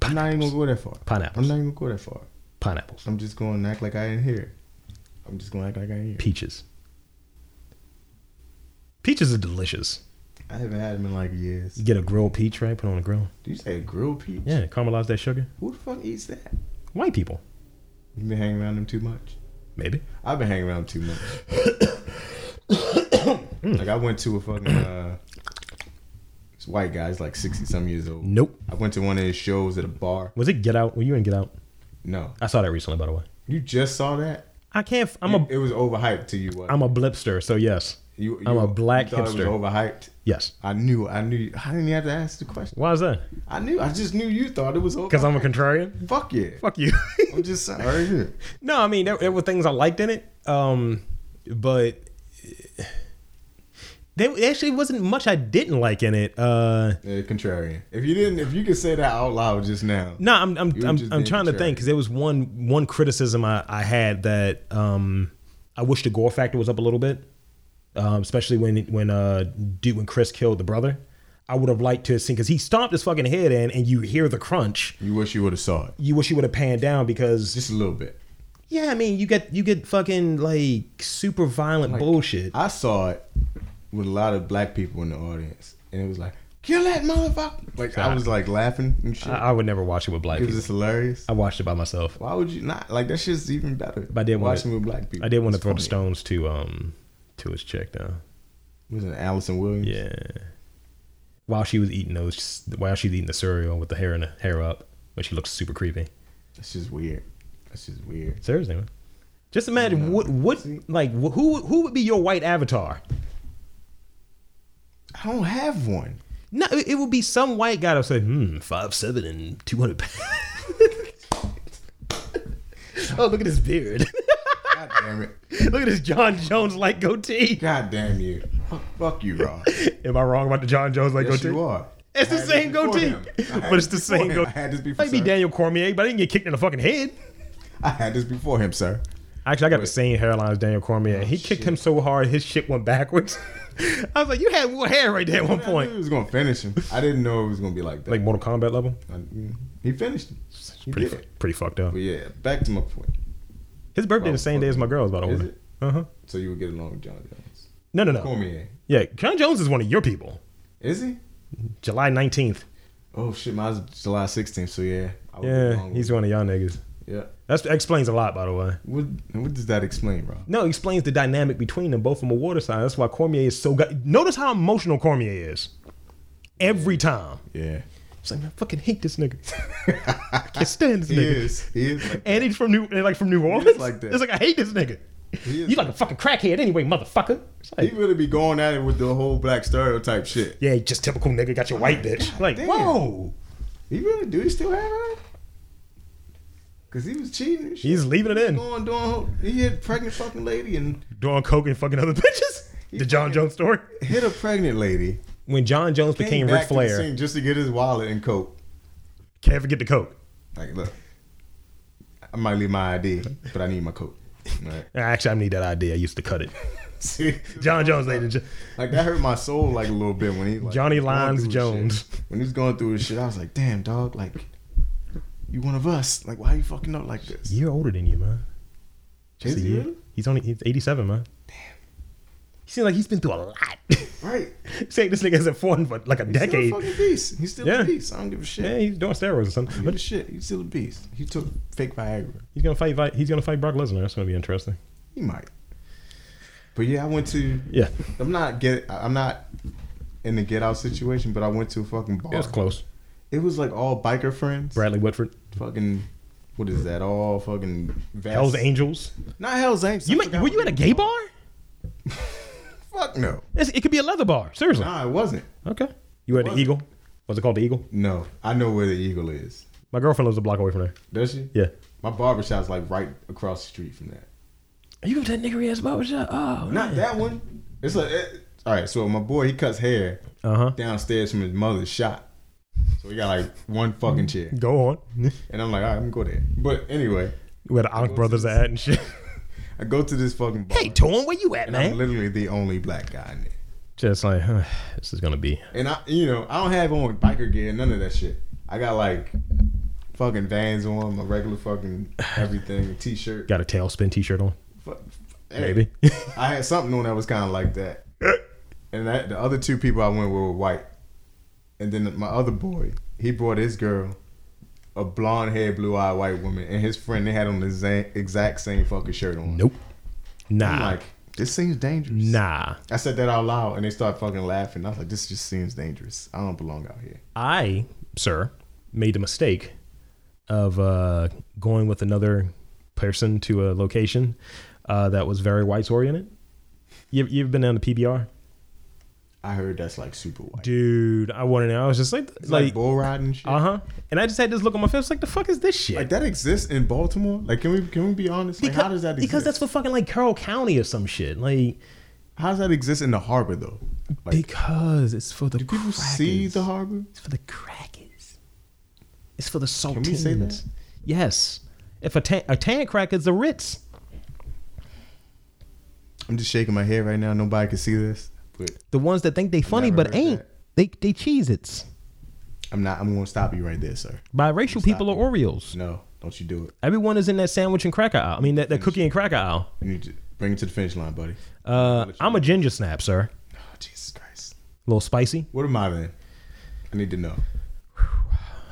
[SPEAKER 2] I'm not even gonna go that far.
[SPEAKER 1] Pineapples.
[SPEAKER 2] I'm not even gonna go that far.
[SPEAKER 1] Pineapples,
[SPEAKER 2] I'm just gonna act like I didn't hear. I'm just gonna act like I didn't hear.
[SPEAKER 1] peaches. Peaches are delicious.
[SPEAKER 2] I haven't had them in like years.
[SPEAKER 1] You get a grilled peach, right? Put it on the grill.
[SPEAKER 2] Do you say grilled peach?
[SPEAKER 1] Yeah, caramelize that sugar.
[SPEAKER 2] Who the fuck eats that?
[SPEAKER 1] White people,
[SPEAKER 2] You been hanging around them too much.
[SPEAKER 1] maybe.
[SPEAKER 2] I've been hanging around too much. like I went to a fucking uh, this white guy. He's like sixty some years old.
[SPEAKER 1] Nope.
[SPEAKER 2] I went to one of his shows at a bar.
[SPEAKER 1] Was it Get Out? Were you in Get Out?
[SPEAKER 2] No,
[SPEAKER 1] I saw that recently, by the way.
[SPEAKER 2] you just saw that.
[SPEAKER 1] I can't. f- I'm
[SPEAKER 2] it,
[SPEAKER 1] a
[SPEAKER 2] it was overhyped to you. What?
[SPEAKER 1] I'm a blipster, so yes,
[SPEAKER 2] you,
[SPEAKER 1] I'm a black
[SPEAKER 2] you thought It was
[SPEAKER 1] hipster.
[SPEAKER 2] overhyped.
[SPEAKER 1] yes.
[SPEAKER 2] I knew, I knew. I didn't even have to ask the question.
[SPEAKER 1] Why is that?
[SPEAKER 2] I knew. I just knew you thought it was over.
[SPEAKER 1] Because I'm a contrarian.
[SPEAKER 2] fuck yeah.
[SPEAKER 1] Fuck you.
[SPEAKER 2] I'm just saying. Right here.
[SPEAKER 1] No, I mean there, there were things I liked in it, um, but eh, there actually wasn't much I didn't like in it. Uh,
[SPEAKER 2] Yeah, contrarian. If you didn't, if you could say that out loud just now,
[SPEAKER 1] no, I'm I'm
[SPEAKER 2] were
[SPEAKER 1] I'm,
[SPEAKER 2] just
[SPEAKER 1] I'm
[SPEAKER 2] being
[SPEAKER 1] trying to think because there was one one criticism I, I had that um, I wish the gore factor was up a little bit, um, especially when when uh dude when Chris killed the brother. I would have liked to have seen because he stomped his fucking head in, and you hear the crunch.
[SPEAKER 2] you wish you would have saw it
[SPEAKER 1] You wish you would have panned down because
[SPEAKER 2] just a little bit.
[SPEAKER 1] yeah, I mean you get you get fucking like super violent bullshit.
[SPEAKER 2] I saw it with a lot of black people in the audience, and it was like, "Kill that motherfucker!" Like I was like laughing and shit.
[SPEAKER 1] I, I would never watch it with black
[SPEAKER 2] it was
[SPEAKER 1] people.
[SPEAKER 2] just hilarious.
[SPEAKER 1] I watched it by myself.
[SPEAKER 2] Why would you not? Like that shit's even better.
[SPEAKER 1] But I did want
[SPEAKER 2] watching
[SPEAKER 1] to-
[SPEAKER 2] with black people.
[SPEAKER 1] I did want to
[SPEAKER 2] It's
[SPEAKER 1] throw the
[SPEAKER 2] funny.
[SPEAKER 1] stones to um to his chick though.
[SPEAKER 2] Was it Allison Williams?
[SPEAKER 1] Yeah. While she was eating those, while she was eating the cereal with the hair and the hair up, but she looks super creepy.
[SPEAKER 2] that's just weird. That's just weird.
[SPEAKER 1] Seriously, man. Just imagine
[SPEAKER 2] Yeah.
[SPEAKER 1] what what
[SPEAKER 2] See?
[SPEAKER 1] like wh- who who would be your white avatar?
[SPEAKER 2] I don't have one.
[SPEAKER 1] No, it it would be some white guy that said, "Hmm, five seven and two hundred pounds." oh, look at his beard.
[SPEAKER 2] God damn it.
[SPEAKER 1] Look at this John Jones like goatee.
[SPEAKER 2] God damn you. Fuck, fuck you, Raw.
[SPEAKER 1] Am I wrong about the John Jones like
[SPEAKER 2] Yes,
[SPEAKER 1] goatee?
[SPEAKER 2] you are.
[SPEAKER 1] It's
[SPEAKER 2] I
[SPEAKER 1] the
[SPEAKER 2] had
[SPEAKER 1] same
[SPEAKER 2] this before
[SPEAKER 1] goatee,
[SPEAKER 2] him. I had
[SPEAKER 1] but it's the
[SPEAKER 2] this
[SPEAKER 1] same
[SPEAKER 2] before him.
[SPEAKER 1] goatee.
[SPEAKER 2] I had this before.
[SPEAKER 1] Might be
[SPEAKER 2] sir.
[SPEAKER 1] Daniel Cormier, but I didn't get kicked in the fucking head.
[SPEAKER 2] I had this before him, sir.
[SPEAKER 1] Actually, I got the same hairline as Daniel Cormier.
[SPEAKER 2] Oh,
[SPEAKER 1] he kicked him so hard, his shit went backwards. I was like, you had more hair right there at one
[SPEAKER 2] I knew he
[SPEAKER 1] point.
[SPEAKER 2] was gonna finish him. I didn't know it was gonna be like that.
[SPEAKER 1] Like Mortal Kombat level.
[SPEAKER 2] I- mm, he finished him. He
[SPEAKER 1] Pretty,
[SPEAKER 2] did
[SPEAKER 1] fu-
[SPEAKER 2] it.
[SPEAKER 1] pretty fucked up.
[SPEAKER 2] But yeah, back to my point.
[SPEAKER 1] His birthday the same day as my girl's, by the
[SPEAKER 2] Is
[SPEAKER 1] way.
[SPEAKER 2] it?
[SPEAKER 1] Uh huh.
[SPEAKER 2] So you would get along with John Jones.
[SPEAKER 1] No, no, no.
[SPEAKER 2] Cormier.
[SPEAKER 1] Yeah, John Jones is one of your people.
[SPEAKER 2] Is he?
[SPEAKER 1] July 19th.
[SPEAKER 2] Oh shit, mine's July 16th. So yeah. I would get
[SPEAKER 1] Yeah,
[SPEAKER 2] along
[SPEAKER 1] he's
[SPEAKER 2] with-
[SPEAKER 1] one of y'all niggas.
[SPEAKER 2] Yeah.
[SPEAKER 1] That's, that explains a lot, by the way.
[SPEAKER 2] What What does that explain, bro?
[SPEAKER 1] No, it explains the dynamic between them both from a water sign. That's why Cormier is so good. Notice how emotional Cormier is. Every time.
[SPEAKER 2] Yeah.
[SPEAKER 1] It's like, man, I fucking hate this nigga. I can't stand this
[SPEAKER 2] He
[SPEAKER 1] nigga.
[SPEAKER 2] is. He is. Like,
[SPEAKER 1] And he's from New and like from New Orleans.
[SPEAKER 2] like that.
[SPEAKER 1] It's like I hate this nigga.
[SPEAKER 2] He is
[SPEAKER 1] You like a fucking crackhead anyway, motherfucker. It's
[SPEAKER 2] he
[SPEAKER 1] like,
[SPEAKER 2] really be going at it with the whole black stereotype shit.
[SPEAKER 1] yeah, just typical nigga got your white bitch. Like,
[SPEAKER 2] damn.
[SPEAKER 1] whoa.
[SPEAKER 2] He really do. He still have her? Cause he was cheating. And shit.
[SPEAKER 1] He's leaving it in.
[SPEAKER 2] going doing. He hit a pregnant fucking lady and
[SPEAKER 1] Doing coke and fucking other bitches. The John Jones story.
[SPEAKER 2] hit a pregnant lady.
[SPEAKER 1] When John Jones
[SPEAKER 2] Came
[SPEAKER 1] became
[SPEAKER 2] back
[SPEAKER 1] Ric
[SPEAKER 2] to the
[SPEAKER 1] Flair,
[SPEAKER 2] scene just to get his wallet and coat.
[SPEAKER 1] can't forget the coke.
[SPEAKER 2] Like, look, I might leave my ID, but I need my coat. Right?
[SPEAKER 1] Actually, I need that idea. I used to cut it.
[SPEAKER 2] See,
[SPEAKER 1] John Jones later.
[SPEAKER 2] like that hurt my soul like a little bit when he like,
[SPEAKER 1] Johnny
[SPEAKER 2] was going
[SPEAKER 1] Lyons
[SPEAKER 2] through his
[SPEAKER 1] Jones.
[SPEAKER 2] shit. When he was going through his shit, I was like, damn dog, like you one of us. Like, why you fucking up like this?
[SPEAKER 1] Year older than you, man.
[SPEAKER 2] Is
[SPEAKER 1] Just a
[SPEAKER 2] he
[SPEAKER 1] year.
[SPEAKER 2] really?
[SPEAKER 1] He's only he's 87, man. Damn. He seems like he's been through a lot.
[SPEAKER 2] Right.
[SPEAKER 1] Saying this nigga hasn't fought in for like a
[SPEAKER 2] He's
[SPEAKER 1] decade.
[SPEAKER 2] still a fucking beast. He's still
[SPEAKER 1] Yeah.
[SPEAKER 2] a beast. I don't give a shit.
[SPEAKER 1] yeah, he's doing steroids or something.
[SPEAKER 2] But
[SPEAKER 1] But
[SPEAKER 2] shit, he's still a beast. He took fake Viagra.
[SPEAKER 1] he's gonna fight. Vi- He's gonna fight Brock Lesnar. That's gonna be interesting.
[SPEAKER 2] He might. But yeah, I went to.
[SPEAKER 1] Yeah,
[SPEAKER 2] I'm not get. I'm not in the get out situation, but I went to a fucking bar.
[SPEAKER 1] it was close.
[SPEAKER 2] It was like all biker friends.
[SPEAKER 1] Bradley Whitford,
[SPEAKER 2] Fucking. What is that? All fucking. Vast.
[SPEAKER 1] Hell's Angels.
[SPEAKER 2] Not Hell's Angels.
[SPEAKER 1] You
[SPEAKER 2] I
[SPEAKER 1] might,
[SPEAKER 2] forgot
[SPEAKER 1] were you
[SPEAKER 2] what
[SPEAKER 1] at
[SPEAKER 2] it
[SPEAKER 1] a gay
[SPEAKER 2] was.
[SPEAKER 1] bar?
[SPEAKER 2] Fuck no.
[SPEAKER 1] It's, it could be a leather bar. Seriously.
[SPEAKER 2] Nah, it wasn't.
[SPEAKER 1] Okay. You were at the
[SPEAKER 2] What?
[SPEAKER 1] Eagle. Was it called the Eagle?
[SPEAKER 2] No, I know where the Eagle is.
[SPEAKER 1] My girlfriend lives a block away from there.
[SPEAKER 2] Does she?
[SPEAKER 1] Yeah.
[SPEAKER 2] My barbershop's like right across the street from that.
[SPEAKER 1] You go to that niggery ass barbershop? Oh,
[SPEAKER 2] Not that one. It's like. It, all right, so my boy he cuts hair
[SPEAKER 1] Uh huh.
[SPEAKER 2] downstairs from his mother's shop. So we got like one fucking chair.
[SPEAKER 1] Go on.
[SPEAKER 2] And I'm like, all right, I'm gonna go there. But anyway,
[SPEAKER 1] Where the Ankh brothers are at and shit.
[SPEAKER 2] I go to this fucking bar.
[SPEAKER 1] hey, Torn, where you at,
[SPEAKER 2] and
[SPEAKER 1] man?
[SPEAKER 2] I'm literally the only black guy in there.
[SPEAKER 1] Just like, huh, this is gonna be.
[SPEAKER 2] And I, you know, I don't have on biker gear, none of that shit. I got like fucking vans on, my regular fucking everything, a t-shirt.
[SPEAKER 1] Got a tailspin T-shirt on.
[SPEAKER 2] Fuck, hey,
[SPEAKER 1] Maybe.
[SPEAKER 2] I had something on that was kind of like that. And that, the other two people I went with were white. And then my other boy, he brought his girl, a blonde haired, blue eyed white woman, and his friend. They had on the za- exact same fucking shirt on.
[SPEAKER 1] Nope.
[SPEAKER 2] I'm
[SPEAKER 1] Nah.
[SPEAKER 2] like, this seems dangerous.
[SPEAKER 1] nah.
[SPEAKER 2] I said that out loud, and they started fucking laughing. I was like, this just seems dangerous. I don't belong out here.
[SPEAKER 1] I, sir, made the mistake of uh, going with another person to a location uh, that was very whites oriented. You, you've been down to PBR,
[SPEAKER 2] I heard that's like super white.
[SPEAKER 1] dude. I wanted. I was just like,
[SPEAKER 2] It's like,
[SPEAKER 1] like,
[SPEAKER 2] bull riding shit.
[SPEAKER 1] uh huh. And I just had this look on my face, like, the fuck is this shit?
[SPEAKER 2] like that exists in Baltimore. Like, can we can we be honest? Like, how does that exist?
[SPEAKER 1] Because that's for fucking like Carroll County or some shit. Like,
[SPEAKER 2] how does that exist in the harbor though? Like,
[SPEAKER 1] because it's for the
[SPEAKER 2] do people see
[SPEAKER 1] crackers.
[SPEAKER 2] the harbor?
[SPEAKER 1] It's for the crackers. It's for the saltines.
[SPEAKER 2] we say that?
[SPEAKER 1] Yes. If a tan, a tan cracker is the Ritz.
[SPEAKER 2] I'm just shaking my head right now. Nobody can see this, but
[SPEAKER 1] The ones that think they funny
[SPEAKER 2] Never
[SPEAKER 1] but
[SPEAKER 2] heard
[SPEAKER 1] ain't.
[SPEAKER 2] that.
[SPEAKER 1] They they cheese it's.
[SPEAKER 2] I'm not. I'm gonna stop you right there, sir.
[SPEAKER 1] Biracial people are Oreos.
[SPEAKER 2] No, don't you do it.
[SPEAKER 1] Everyone is in that sandwich and cracker aisle. I mean that, that cookie and cracker aisle.
[SPEAKER 2] You need to bring it to the finish line, buddy.
[SPEAKER 1] Uh, I'm a ginger snap, sir.
[SPEAKER 2] Oh, Jesus Christ.
[SPEAKER 1] A little spicy.
[SPEAKER 2] What am I then? I need to know.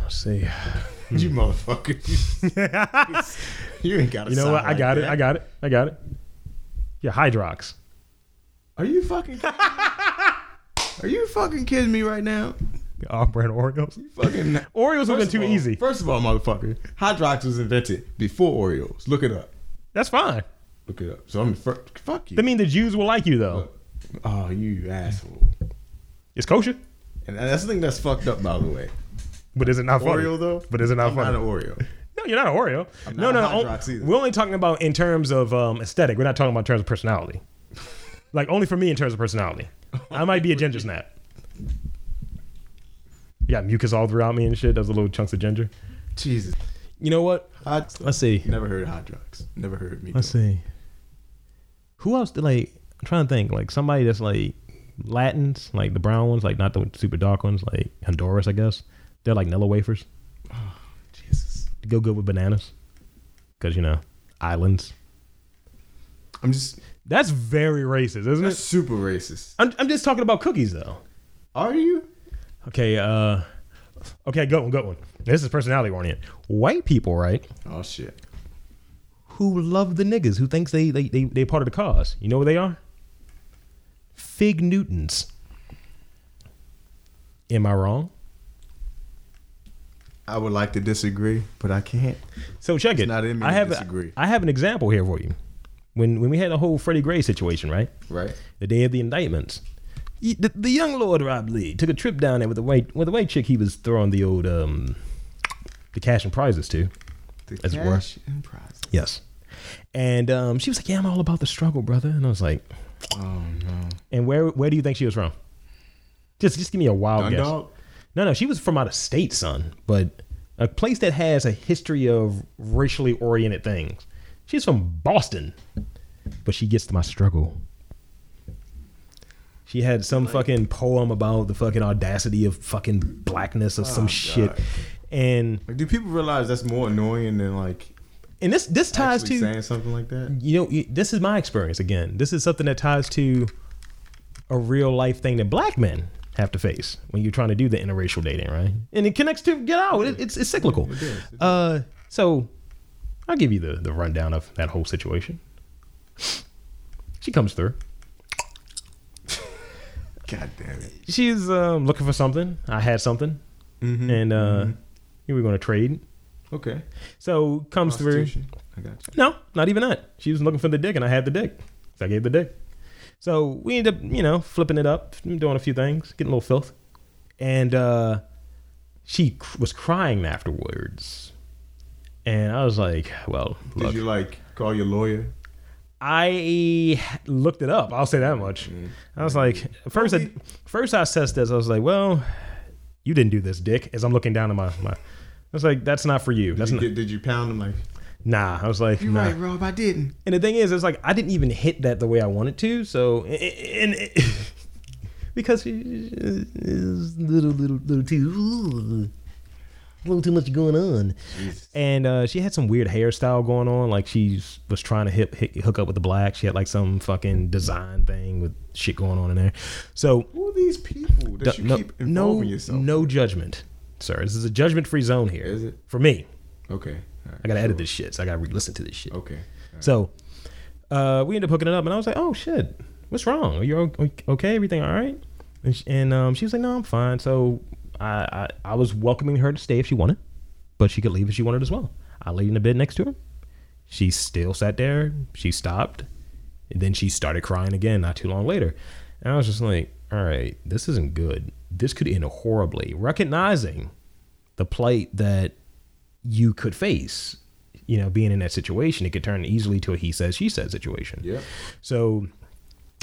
[SPEAKER 1] Let's see.
[SPEAKER 2] you motherfucker. you ain't got.
[SPEAKER 1] Hmm. You know what? I got it. I got it. I got it. Yeah, Hydrox.
[SPEAKER 2] Are you fucking? kidding me? Are you fucking kidding me right now?
[SPEAKER 1] Off brand Oreos.
[SPEAKER 2] Fucking
[SPEAKER 1] Oreos would have been
[SPEAKER 2] First
[SPEAKER 1] too
[SPEAKER 2] of all-
[SPEAKER 1] easy.
[SPEAKER 2] First of all, motherfucker, Hydrox was invented before Oreos. Look it up.
[SPEAKER 1] That's fine.
[SPEAKER 2] Look it up. So I'm fir- fuck you.
[SPEAKER 1] I mean the Jews will like you though.
[SPEAKER 2] Oh, you asshole.
[SPEAKER 1] It's kosher.
[SPEAKER 2] And that's the thing that's fucked up, by the way.
[SPEAKER 1] But is it not funny?
[SPEAKER 2] Oreo though,
[SPEAKER 1] But is it not
[SPEAKER 2] I'm
[SPEAKER 1] funny?
[SPEAKER 2] Not an Oreo.
[SPEAKER 1] No, you're not an Oreo.
[SPEAKER 2] not
[SPEAKER 1] no, no,
[SPEAKER 2] a
[SPEAKER 1] no. oh,
[SPEAKER 2] hot Rox either.
[SPEAKER 1] we're only talking about in terms of um, aesthetic. We're not talking about in terms of personality. like only for me in terms of personality. I might be a ginger snap. Yeah, mucus all throughout me and shit. Those little chunks of ginger.
[SPEAKER 2] Jesus.
[SPEAKER 1] You know what?
[SPEAKER 2] Hot,
[SPEAKER 1] Let's see.
[SPEAKER 2] never heard hot drugs. Never heard me.
[SPEAKER 1] Let's see. Who else? Did, like, I'm trying to think. Like somebody that's like Latins, like the brown ones, like not the super dark ones, like Honduras, I guess. They're like Nilla wafers.
[SPEAKER 2] Jesus.
[SPEAKER 1] to go good with bananas because you know islands
[SPEAKER 2] I'm just
[SPEAKER 1] that's very racist isn't
[SPEAKER 2] that's
[SPEAKER 1] it
[SPEAKER 2] super racist.
[SPEAKER 1] I'm, I'm just talking about cookies though
[SPEAKER 2] Are you?
[SPEAKER 1] okay uh okay good one good one this is personality oriented white people right
[SPEAKER 2] Oh shit.
[SPEAKER 1] who love the niggas who thinks they they, they they part of the cause you know what they are fig newtons am i wrong
[SPEAKER 2] I would like to disagree, but I can't.
[SPEAKER 1] So check it.
[SPEAKER 2] not in me
[SPEAKER 1] I
[SPEAKER 2] to
[SPEAKER 1] have
[SPEAKER 2] disagree.
[SPEAKER 1] I have an example here for you. When when we had the whole Freddie Gray situation, right?
[SPEAKER 2] Right.
[SPEAKER 1] The day of the indictments, y- the, the young Lord Rob Lee took a trip down there with the white with the white chick he was throwing the old um the cash and prizes to.
[SPEAKER 2] The
[SPEAKER 1] It's
[SPEAKER 2] cash and prize.
[SPEAKER 1] Yes. And um, she was like, "Yeah, I'm all about the struggle, brother." And I was like,
[SPEAKER 2] Oh no.
[SPEAKER 1] "And where where do you think she was from?" Just just give me a wild guess.
[SPEAKER 2] Dundalk.
[SPEAKER 1] No, no, she was from out of state, son. But a place that has a history of racially oriented things. She's from Boston, but she gets to my struggle. She had some fucking poem about the fucking audacity of fucking blackness or some shit, and
[SPEAKER 2] Like, do people realize that's more annoying than like
[SPEAKER 1] and this this ties
[SPEAKER 2] actually
[SPEAKER 1] to
[SPEAKER 2] saying something like that?
[SPEAKER 1] you know you- this is my experience again. This is something that ties to a real life thing that black men have to face when you're trying to do the interracial dating, right? And it connects to get out. It, it's, it's cyclical. Uh, so I'll give you the, the rundown of that whole situation. She comes through.
[SPEAKER 2] God damn it.
[SPEAKER 1] She's um, looking for something. I had something,
[SPEAKER 2] Mm-hmm.
[SPEAKER 1] and uh, we were going to trade.
[SPEAKER 2] okay.
[SPEAKER 1] So comes through.
[SPEAKER 2] Prostitution. I got you.
[SPEAKER 1] No, not even that. She was looking for the dick, and I had the dick, so I gave the dick. So we end up, you know, flipping it up, doing a few things, getting a little filth, and uh, she cr- was crying afterwards, and I was like, "Well,
[SPEAKER 2] Did
[SPEAKER 1] look,
[SPEAKER 2] you like call your lawyer?
[SPEAKER 1] I looked it up. I'll say that much.
[SPEAKER 2] Mm-hmm.
[SPEAKER 1] I was like, first, I, first I assessed this. I was like, well, you didn't do this, dick. As I'm looking down at my, my I was like, that's not for you. That's
[SPEAKER 2] Did you,
[SPEAKER 1] not,
[SPEAKER 2] get, did you pound him like?
[SPEAKER 1] nah. I was like, nah.
[SPEAKER 2] Rob. I didn't.
[SPEAKER 1] And the thing is, it's like I didn't even hit that the way I wanted to. So, and, and because it's little, little, little too, a little too much going on. And uh, she had some weird hairstyle going on. Like she was trying to hip, hip, hook up with the black. She had like some fucking design thing with shit going on in there. So
[SPEAKER 2] Who are these people that
[SPEAKER 1] d-
[SPEAKER 2] you
[SPEAKER 1] no,
[SPEAKER 2] keep
[SPEAKER 1] no,
[SPEAKER 2] involving yourself?
[SPEAKER 1] no judgment, sir. This is a judgment-free zone here.
[SPEAKER 2] Is it?
[SPEAKER 1] for me?
[SPEAKER 2] Okay. all right,
[SPEAKER 1] I gotta
[SPEAKER 2] sure.
[SPEAKER 1] edit this shit, so I gotta re-listen to this shit.
[SPEAKER 2] Okay. all right.
[SPEAKER 1] So uh, we ended up hooking it up, and I was like, "Oh shit, what's wrong? Are you o- okay? Everything all right?" And, sh and um, she was like, "No, I'm fine." So I, I I was welcoming her to stay if she wanted, but she could leave if she wanted as well. I laid in the bed next to her. She still sat there. She stopped, and then she started crying again. Not too long later, and I was just like, "All right, this isn't good. This could end horribly." Recognizing the plight that you could face, you know, being in that situation, it could turn easily to a he says she says situation.
[SPEAKER 2] Yep.
[SPEAKER 1] So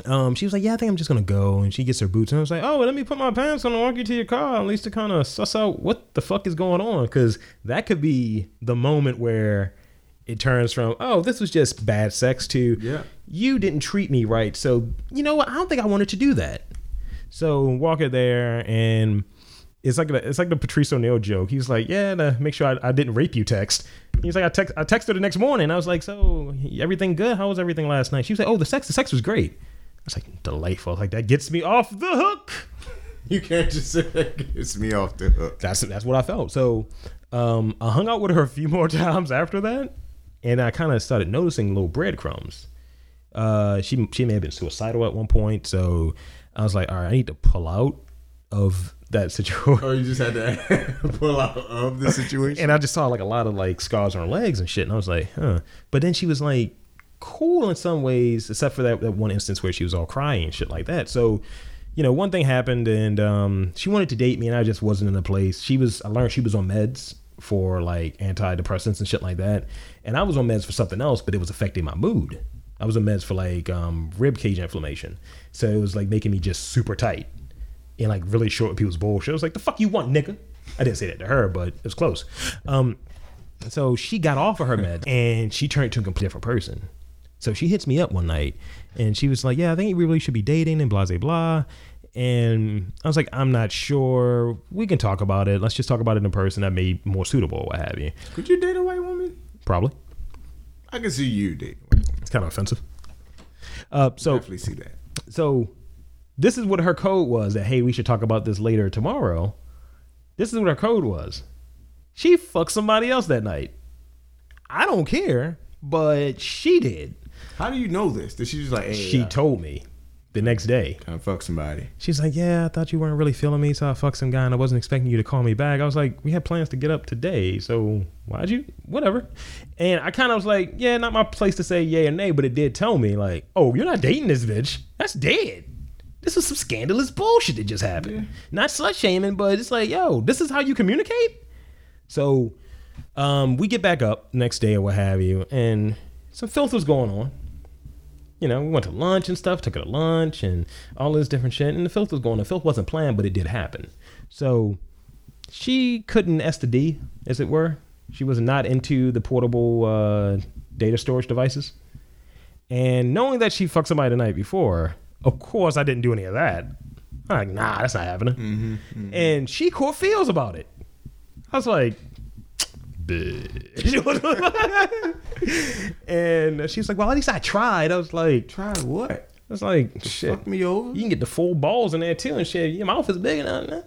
[SPEAKER 1] um, she was like, "Yeah, I think I'm just gonna go." And she gets her boots, and I was like, "Oh, let me put my pants on and walk you to your car, at least to kind of suss out what the fuck is going on, because that could be the moment where it turns from, oh, this was just bad sex, to
[SPEAKER 2] Yeah.
[SPEAKER 1] you didn't treat me right, so you know what? I don't think I wanted to do that." So walk her there, and it's like the, it's like the Patrice O'Neill joke. He's like, "Yeah, to make sure I, I didn't rape you." Text. He's like, "I text I texted her the next morning. I was like, so everything good? How was everything last night?" She was like, "Oh, the sex the sex was great." I was like, "Delightful." I was like that gets me off the hook.
[SPEAKER 2] You can't just say that gets me off the hook.
[SPEAKER 1] That's that's what I felt. So um, I hung out with her a few more times after that, and I kind of started noticing little breadcrumbs. Uh, she she may have been suicidal at one point, so I was like, "All right, I need to pull out of that situation."
[SPEAKER 2] Or Oh, you just had to pull out of the situation.
[SPEAKER 1] and I just saw like a lot of like scars on her legs and shit, and I was like, huh. But then she was like cool in some ways, except for that, that one instance where she was all crying and shit like that. So, you know, one thing happened, and um, she wanted to date me, and I just wasn't in a place. She was, I learned she was on meds, for like antidepressants and shit like that. And I was on meds for something else, but it was affecting my mood. I was on meds for like um, rib cage inflammation, so it was like making me just super tight and like really short with people's bullshit. I was like, "The fuck you want, nigga?" I didn't say that to her, but it was close. Um, so she got off of her meds and she turned to a completely different person. So she hits me up one night and she was like, Yeah, I think we really should be dating and blah, blah, blah. And I was like, I'm not sure. We can talk about it. Let's just talk about it in person that may be more suitable, what have you.
[SPEAKER 2] Could you date a white woman?
[SPEAKER 1] Probably.
[SPEAKER 2] I can see you date. a white woman.
[SPEAKER 1] It's kind of offensive. Uh, so,
[SPEAKER 2] Definitely see that.
[SPEAKER 1] so this is what her code was that, hey, we should talk about this later tomorrow. This is what her code was. She fucked somebody else that night. I don't care, but she did.
[SPEAKER 2] How do you know this? Did she just like hey,
[SPEAKER 1] She told me the next day.
[SPEAKER 2] kind of fuck somebody?
[SPEAKER 1] She's like, Yeah, I thought you weren't really feeling me, so I fucked some guy and I wasn't expecting you to call me back. I was like, We had plans to get up today, so why'd you? Whatever. And I kind of was like, Yeah, not my place to say yay or nay, but it did tell me, like, Oh, you're not dating this bitch. That's dead. This was some scandalous bullshit that just happened. Not slut shaming, but it's like, Yo, this is how you communicate? So um, we get back up next day or what have you, and some filth was going on you know, we went to lunch and stuff, took her to lunch and all this different shit. And the filth was going. The filth wasn't planned, but it did happen. So she couldn't S to D, as it were. She was not into the portable uh, data storage devices. And knowing that she fucked somebody the night before, of course I didn't do any of that. I'm like, nah, that's not happening. And she caught feels about it. I was like, bitch. and she's like, well, at least I tried. I was like,
[SPEAKER 2] Try what?
[SPEAKER 1] I was like, shit.
[SPEAKER 2] Fuck me over?
[SPEAKER 1] You can get the full balls in there too and shit. Your mouth is big enough. nah.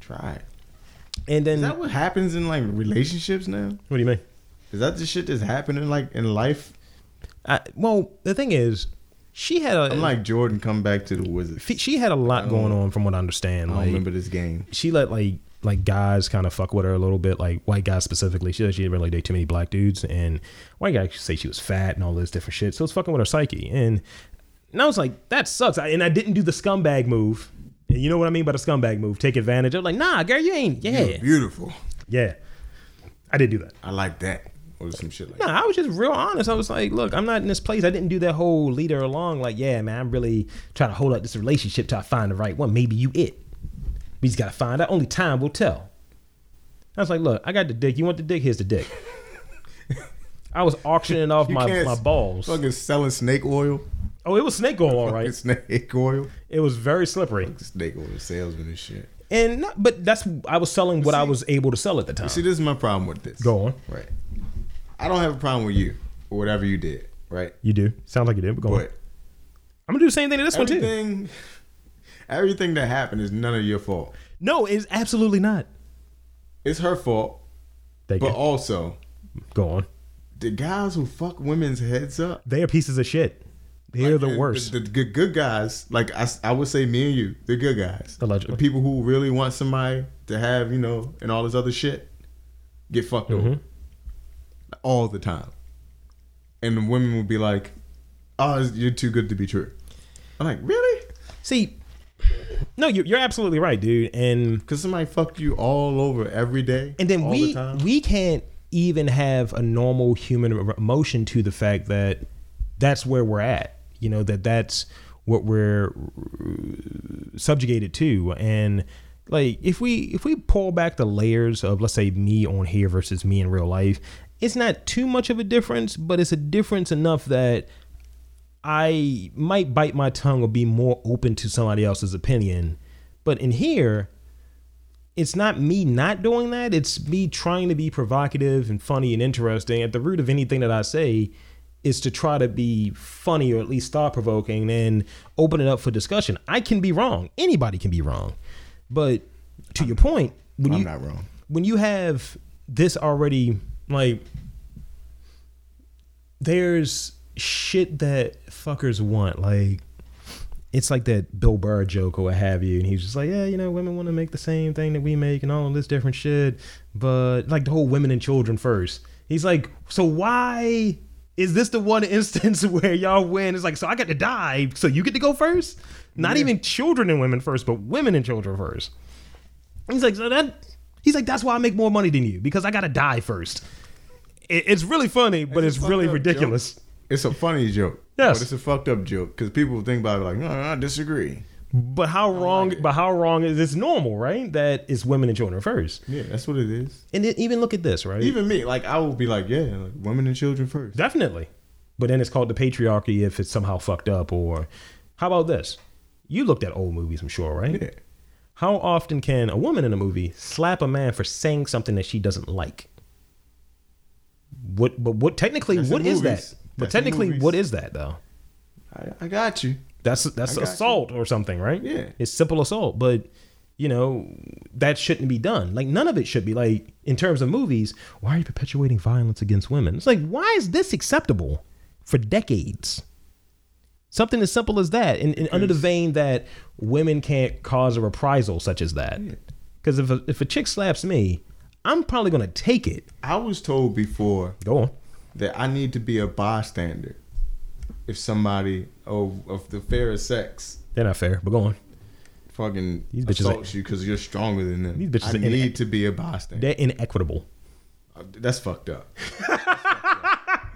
[SPEAKER 2] Try it.
[SPEAKER 1] And then,
[SPEAKER 2] Is that what happens in like relationships now?
[SPEAKER 1] what do you mean?
[SPEAKER 2] Is that the shit that's happening like in life?
[SPEAKER 1] I, well, the thing is, she had a
[SPEAKER 2] I'm like Jordan come back to the Wizards.
[SPEAKER 1] f- she had a lot going on from what I understand.
[SPEAKER 2] I don't
[SPEAKER 1] like,
[SPEAKER 2] remember this game.
[SPEAKER 1] she let like like guys kind of fuck with her a little bit, like white guys specifically. She said she didn't really date too many black dudes, and white guys say she was fat and all this different shit. So it's fucking with her psyche, and and I was like, that sucks. I, and I didn't do the scumbag move. And you know what I mean by the scumbag move? Take advantage. I'm like, nah, girl, you ain't. Yeah,
[SPEAKER 2] Beautiful.
[SPEAKER 1] yeah. I didn't do that.
[SPEAKER 2] I like that. Or some shit like that.
[SPEAKER 1] No, I was just real honest. I was like, look, I'm not in this place. I didn't do that whole leader along. Like, yeah, man, I'm really trying to hold up this relationship till I find the right one. Maybe you it. We just gotta find out. Only time will tell. I was like, look, I got the dick. You want the dick? Here's the dick. I was auctioning off
[SPEAKER 2] You
[SPEAKER 1] my,
[SPEAKER 2] can't
[SPEAKER 1] my balls.
[SPEAKER 2] Fucking selling snake oil.
[SPEAKER 1] Oh, it was snake oil, all
[SPEAKER 2] Fucking
[SPEAKER 1] right.
[SPEAKER 2] Snake oil.
[SPEAKER 1] It was very slippery.
[SPEAKER 2] Snake oil salesman and shit.
[SPEAKER 1] And not, but that's I was selling what I was able to sell at the time.
[SPEAKER 2] See, this is my problem with this.
[SPEAKER 1] Go on.
[SPEAKER 2] Right. I don't have a problem with you or whatever you did. Right.
[SPEAKER 1] You do. Sounds like you did, but go on.
[SPEAKER 2] But
[SPEAKER 1] I'm gonna do the same thing to this one too.
[SPEAKER 2] everything, everything that happened is none of your fault.
[SPEAKER 1] No, it's absolutely not.
[SPEAKER 2] It's her fault.
[SPEAKER 1] Thank
[SPEAKER 2] But
[SPEAKER 1] you.
[SPEAKER 2] also,
[SPEAKER 1] go on.
[SPEAKER 2] the guys who fuck women's heads up.
[SPEAKER 1] They are pieces of shit. They're
[SPEAKER 2] like, uh,
[SPEAKER 1] the worst.
[SPEAKER 2] The, the good, good guys, like I, s- I would say, me and you, the good guys.
[SPEAKER 1] Allegedly.
[SPEAKER 2] The people who really want somebody to have, you know, and all this other shit, get fucked
[SPEAKER 1] Mm-hmm.
[SPEAKER 2] over all the time. And the women would be like, "Oh, you're too good to be true." I'm like, really?
[SPEAKER 1] See, no, you're, you're absolutely right, dude. And
[SPEAKER 2] Because somebody fucked you all over every day,
[SPEAKER 1] and then
[SPEAKER 2] all
[SPEAKER 1] we
[SPEAKER 2] the time?
[SPEAKER 1] we can't even have a normal human re- emotion to the fact that that's where we're at. You know that that's what we're uh, subjugated to, and like if we if we pull back the layers of let's say me on here versus me in real life, it's not too much of a difference, but it's a difference enough that I might bite my tongue or be more open to somebody else's opinion. But in here, it's not me not doing that. It's me trying to be provocative and funny and interesting. At the root of anything that I say is to try to be funny or at least thought provoking and open it up for discussion. I can be wrong. Anybody can be wrong. But to your point, when
[SPEAKER 2] I'm
[SPEAKER 1] you
[SPEAKER 2] not wrong.
[SPEAKER 1] when you have this already like there's shit that fuckers want like it's like that Bill Burr joke or what have you, and he's just like, yeah, you know, women want to make the same thing that we make and all of this different shit, but like the whole women and children first. He's like, so why is this the one instance where y'all win? It's like, so I got to die, so you get to go first. Not even children and women first, but women and children first. He's like, so that He's like, that's why I make more money than you because I gotta die first. It, it's really funny, but it's,
[SPEAKER 2] a fucked
[SPEAKER 1] really
[SPEAKER 2] up
[SPEAKER 1] ridiculous.
[SPEAKER 2] joke. It's a funny joke.
[SPEAKER 1] Yes.
[SPEAKER 2] But it's a fucked up joke because people think about it like, no, I disagree.
[SPEAKER 1] But how wrong?
[SPEAKER 2] like it.
[SPEAKER 1] but how wrong is this normal, right? That it's women and children first.
[SPEAKER 2] Yeah, that's what it is.
[SPEAKER 1] And then even look at this, right?
[SPEAKER 2] Even me, like I will be like, yeah, like, women and children first.
[SPEAKER 1] Definitely. But then it's called the patriarchy if it's somehow fucked up. Or how about this? You looked at old movies, I'm sure, right?
[SPEAKER 2] Yeah.
[SPEAKER 1] How often can a woman in a movie slap a man for saying something that she doesn't like? What? But what? Technically,
[SPEAKER 2] That's in
[SPEAKER 1] what is
[SPEAKER 2] movies.
[SPEAKER 1] that? But
[SPEAKER 2] That's in
[SPEAKER 1] technically,
[SPEAKER 2] movies.
[SPEAKER 1] what is that though?
[SPEAKER 2] I, I got you.
[SPEAKER 1] That's that's
[SPEAKER 2] I got you.
[SPEAKER 1] assault or something, right?
[SPEAKER 2] Yeah.
[SPEAKER 1] it's simple assault, but you know that shouldn't be done. Like none of it should be like in terms of movies. Why are you perpetuating violence against women? It's like why is this acceptable for decades? Something as simple as that, and, and under the vein that women can't cause a reprisal such as that. Because if a, if a chick slaps me, I'm probably gonna take it.
[SPEAKER 2] I was told before
[SPEAKER 1] Go on.
[SPEAKER 2] that I need to be a bystander if somebody of of the fairer sex
[SPEAKER 1] They're not fair, but go on.
[SPEAKER 2] fucking
[SPEAKER 1] These bitches
[SPEAKER 2] assaults you because you're stronger than them.
[SPEAKER 1] These bitches
[SPEAKER 2] I
[SPEAKER 1] are in-
[SPEAKER 2] need to be a bystander.
[SPEAKER 1] They're inequitable.
[SPEAKER 2] Uh, That's fucked up.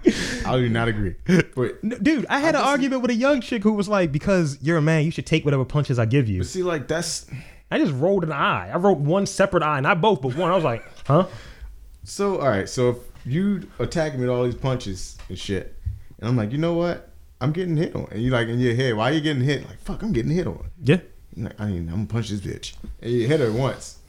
[SPEAKER 2] I do not agree. But
[SPEAKER 1] No, dude, I had an argument with a young chick who was like, "Because you're a man, you should take whatever punches I give you."
[SPEAKER 2] but see, like that's
[SPEAKER 1] I just rolled an eye. I wrote one separate eye, not both, but one. I was like, "Huh?"
[SPEAKER 2] so. All right, so if you attack me with all these punches and shit, and I'm like, you know what? I'm getting hit on, and you like in your head, why you getting hit? Like, fuck, I'm getting hit on.
[SPEAKER 1] Yeah,
[SPEAKER 2] I'm like, I mean, I'm gonna punch this bitch. And you hit her once.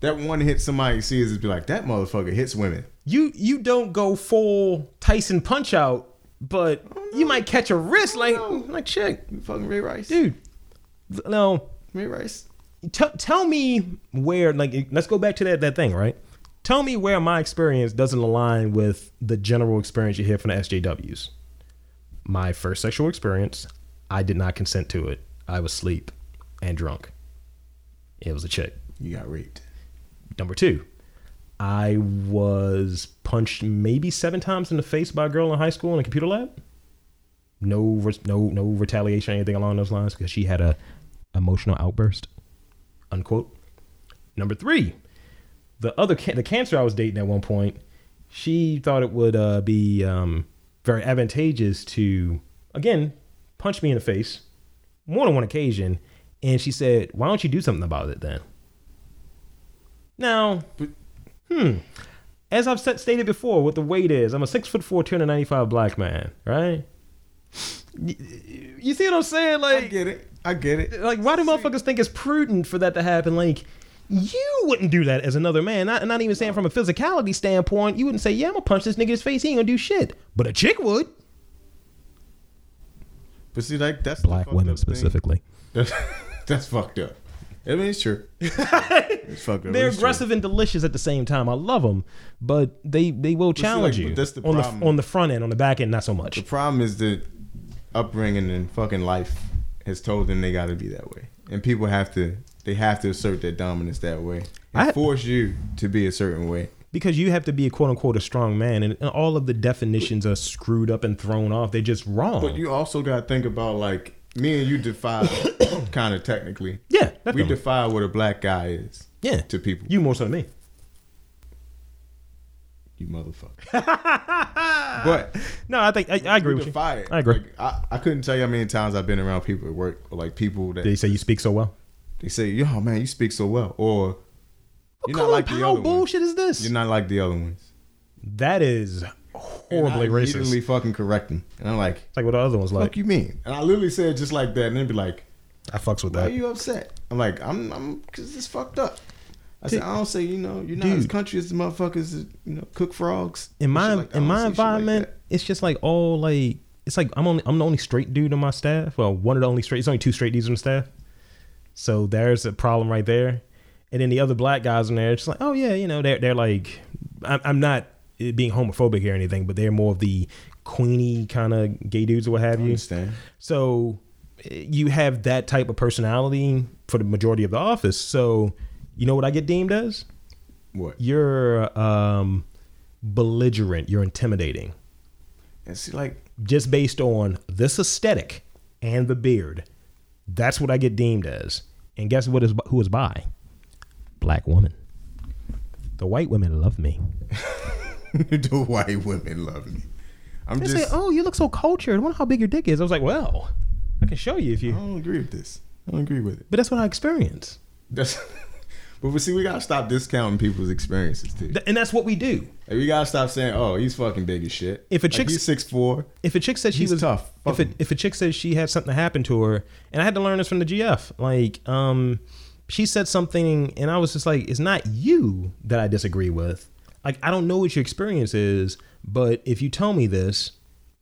[SPEAKER 2] That one hit somebody sees is be like, that motherfucker hits women.
[SPEAKER 1] you you don't go full Tyson punch out, but you might catch a wrist, like
[SPEAKER 2] no.
[SPEAKER 1] like chick,
[SPEAKER 2] You fucking Ray Rice.
[SPEAKER 1] dude. th- No,
[SPEAKER 2] Ray Rice.
[SPEAKER 1] T- tell me where like let's go back to that that thing right tell me where my experience doesn't align with the general experience you hear from the sjws my first sexual experience i did not consent to it i was asleep and drunk it was a chick
[SPEAKER 2] You got raped.
[SPEAKER 1] number two i was punched maybe seven times in the face by a girl in high school in a computer lab no re- no no retaliation or anything along those lines because she had a emotional outburst unquote number three the other can- the cancer i was dating at one point she thought it would uh, be um, very advantageous to again punch me in the face more than one occasion and she said why don't you do something about it then now hmm as i've said, stated before what the weight is i'm a six foot four 295 black man right you see what i'm saying
[SPEAKER 2] I
[SPEAKER 1] like
[SPEAKER 2] get it. I get it.
[SPEAKER 1] like why do motherfuckers think it's prudent for that to happen like you wouldn't do that as another man not, not even saying from a physicality standpoint you wouldn't say yeah i'm gonna punch this nigga in his face he ain't gonna do shit but a chick would
[SPEAKER 2] But see, like that's the fucked up thing. That's, that's fucked up. I mean, it's true. it's fucked up.
[SPEAKER 1] they're
[SPEAKER 2] It's true.
[SPEAKER 1] aggressive and delicious at the same time i love them but they they will
[SPEAKER 2] see, like,
[SPEAKER 1] challenge
[SPEAKER 2] but
[SPEAKER 1] you
[SPEAKER 2] that's the
[SPEAKER 1] on
[SPEAKER 2] problem.
[SPEAKER 1] the on the front end on the back end not so much
[SPEAKER 2] The problem is that upbringing and fucking life has told them they got to be that way, and people have to they have to assert their dominance that way. And
[SPEAKER 1] I-
[SPEAKER 2] force you to be a certain way.
[SPEAKER 1] because you have to be a quote unquote a strong man and, and all of the definitions are screwed up and thrown off they're just wrong
[SPEAKER 2] But you also got to think about like me and you defy kind of technically.
[SPEAKER 1] yeah
[SPEAKER 2] We
[SPEAKER 1] definitely.
[SPEAKER 2] defy what a black guy is.
[SPEAKER 1] yeah
[SPEAKER 2] To people, you,
[SPEAKER 1] you more so than me
[SPEAKER 2] motherfucker. but
[SPEAKER 1] no i think i, I agree
[SPEAKER 2] we
[SPEAKER 1] with you
[SPEAKER 2] defy it.
[SPEAKER 1] i agree
[SPEAKER 2] Like, I, I couldn't tell you how many times I've been around people at work, or like people that
[SPEAKER 1] they say you speak so well
[SPEAKER 2] they say, "Yo, man, you speak so well," or "You're
[SPEAKER 1] Colin
[SPEAKER 2] not like the
[SPEAKER 1] Powell
[SPEAKER 2] other ones.
[SPEAKER 1] bullshit is this?
[SPEAKER 2] You're not like the other ones."
[SPEAKER 1] that is horribly
[SPEAKER 2] And I
[SPEAKER 1] racist.
[SPEAKER 2] Immediately fucking correct them, and I'm like,
[SPEAKER 1] It's like what the other ones
[SPEAKER 2] "Fuck
[SPEAKER 1] like.
[SPEAKER 2] you mean?" And I literally said it just like that, and they'd be like,
[SPEAKER 1] I fucks with
[SPEAKER 2] Why are
[SPEAKER 1] that.
[SPEAKER 2] you upset? I'm like, I'm, I'm, cause it's fucked up. I said, I don't say, you know, you're not as
[SPEAKER 1] Dude.
[SPEAKER 2] country as the motherfuckers, that, you know, cook frogs.
[SPEAKER 1] in
[SPEAKER 2] and
[SPEAKER 1] my
[SPEAKER 2] shit like that. I
[SPEAKER 1] in
[SPEAKER 2] don't
[SPEAKER 1] my
[SPEAKER 2] say shit like
[SPEAKER 1] environment,
[SPEAKER 2] that.
[SPEAKER 1] it's just like all like it's like I'm only I'm the only straight dude on my staff. Well, one of the only straight. It's only two straight dudes on the staff. So there's a problem right there. And then the other black guys on there, it's just like, oh yeah, you know, they're they're like, I'm, I'm not eh, being homophobic or anything, but they're more of the queeny kind of gay dudes or what have
[SPEAKER 2] I
[SPEAKER 1] you.
[SPEAKER 2] understand.
[SPEAKER 1] So eh, you have that type of personality for the majority of the office. So you know what I get deemed as?
[SPEAKER 2] What?
[SPEAKER 1] You're um, belligerent. You're intimidating,
[SPEAKER 2] And see, like,
[SPEAKER 1] just based on this aesthetic and the beard. That's what I get deemed as. And guess what is who is by? Black woman. The white women love me.
[SPEAKER 2] Do white women love me? I'm
[SPEAKER 1] They
[SPEAKER 2] just.
[SPEAKER 1] say, "Oh, you look so cultured. Wonder how big your dick is." I was like, "Well, I can show you if
[SPEAKER 2] I
[SPEAKER 1] you."
[SPEAKER 2] don't agree with this. I don't agree with it.
[SPEAKER 1] But that's what I experienced,
[SPEAKER 2] That's. But we see, we gotta stop discounting people's experiences too.
[SPEAKER 1] Th- and that's what we do.
[SPEAKER 2] Like, we gotta stop saying, "Oh, he's fucking big as shit."
[SPEAKER 1] If a
[SPEAKER 2] Like,
[SPEAKER 1] chick's-
[SPEAKER 2] he's six four,
[SPEAKER 1] If a chick said she
[SPEAKER 2] He's
[SPEAKER 1] was
[SPEAKER 2] tough.
[SPEAKER 1] if
[SPEAKER 2] Fuck
[SPEAKER 1] a,
[SPEAKER 2] him.
[SPEAKER 1] if a chick says she had something happen to her, and I had to learn this from the GF, like um, she said something, and I was just like, "It's not you that I disagree with. Like I don't know what your experience is, but if you tell me this,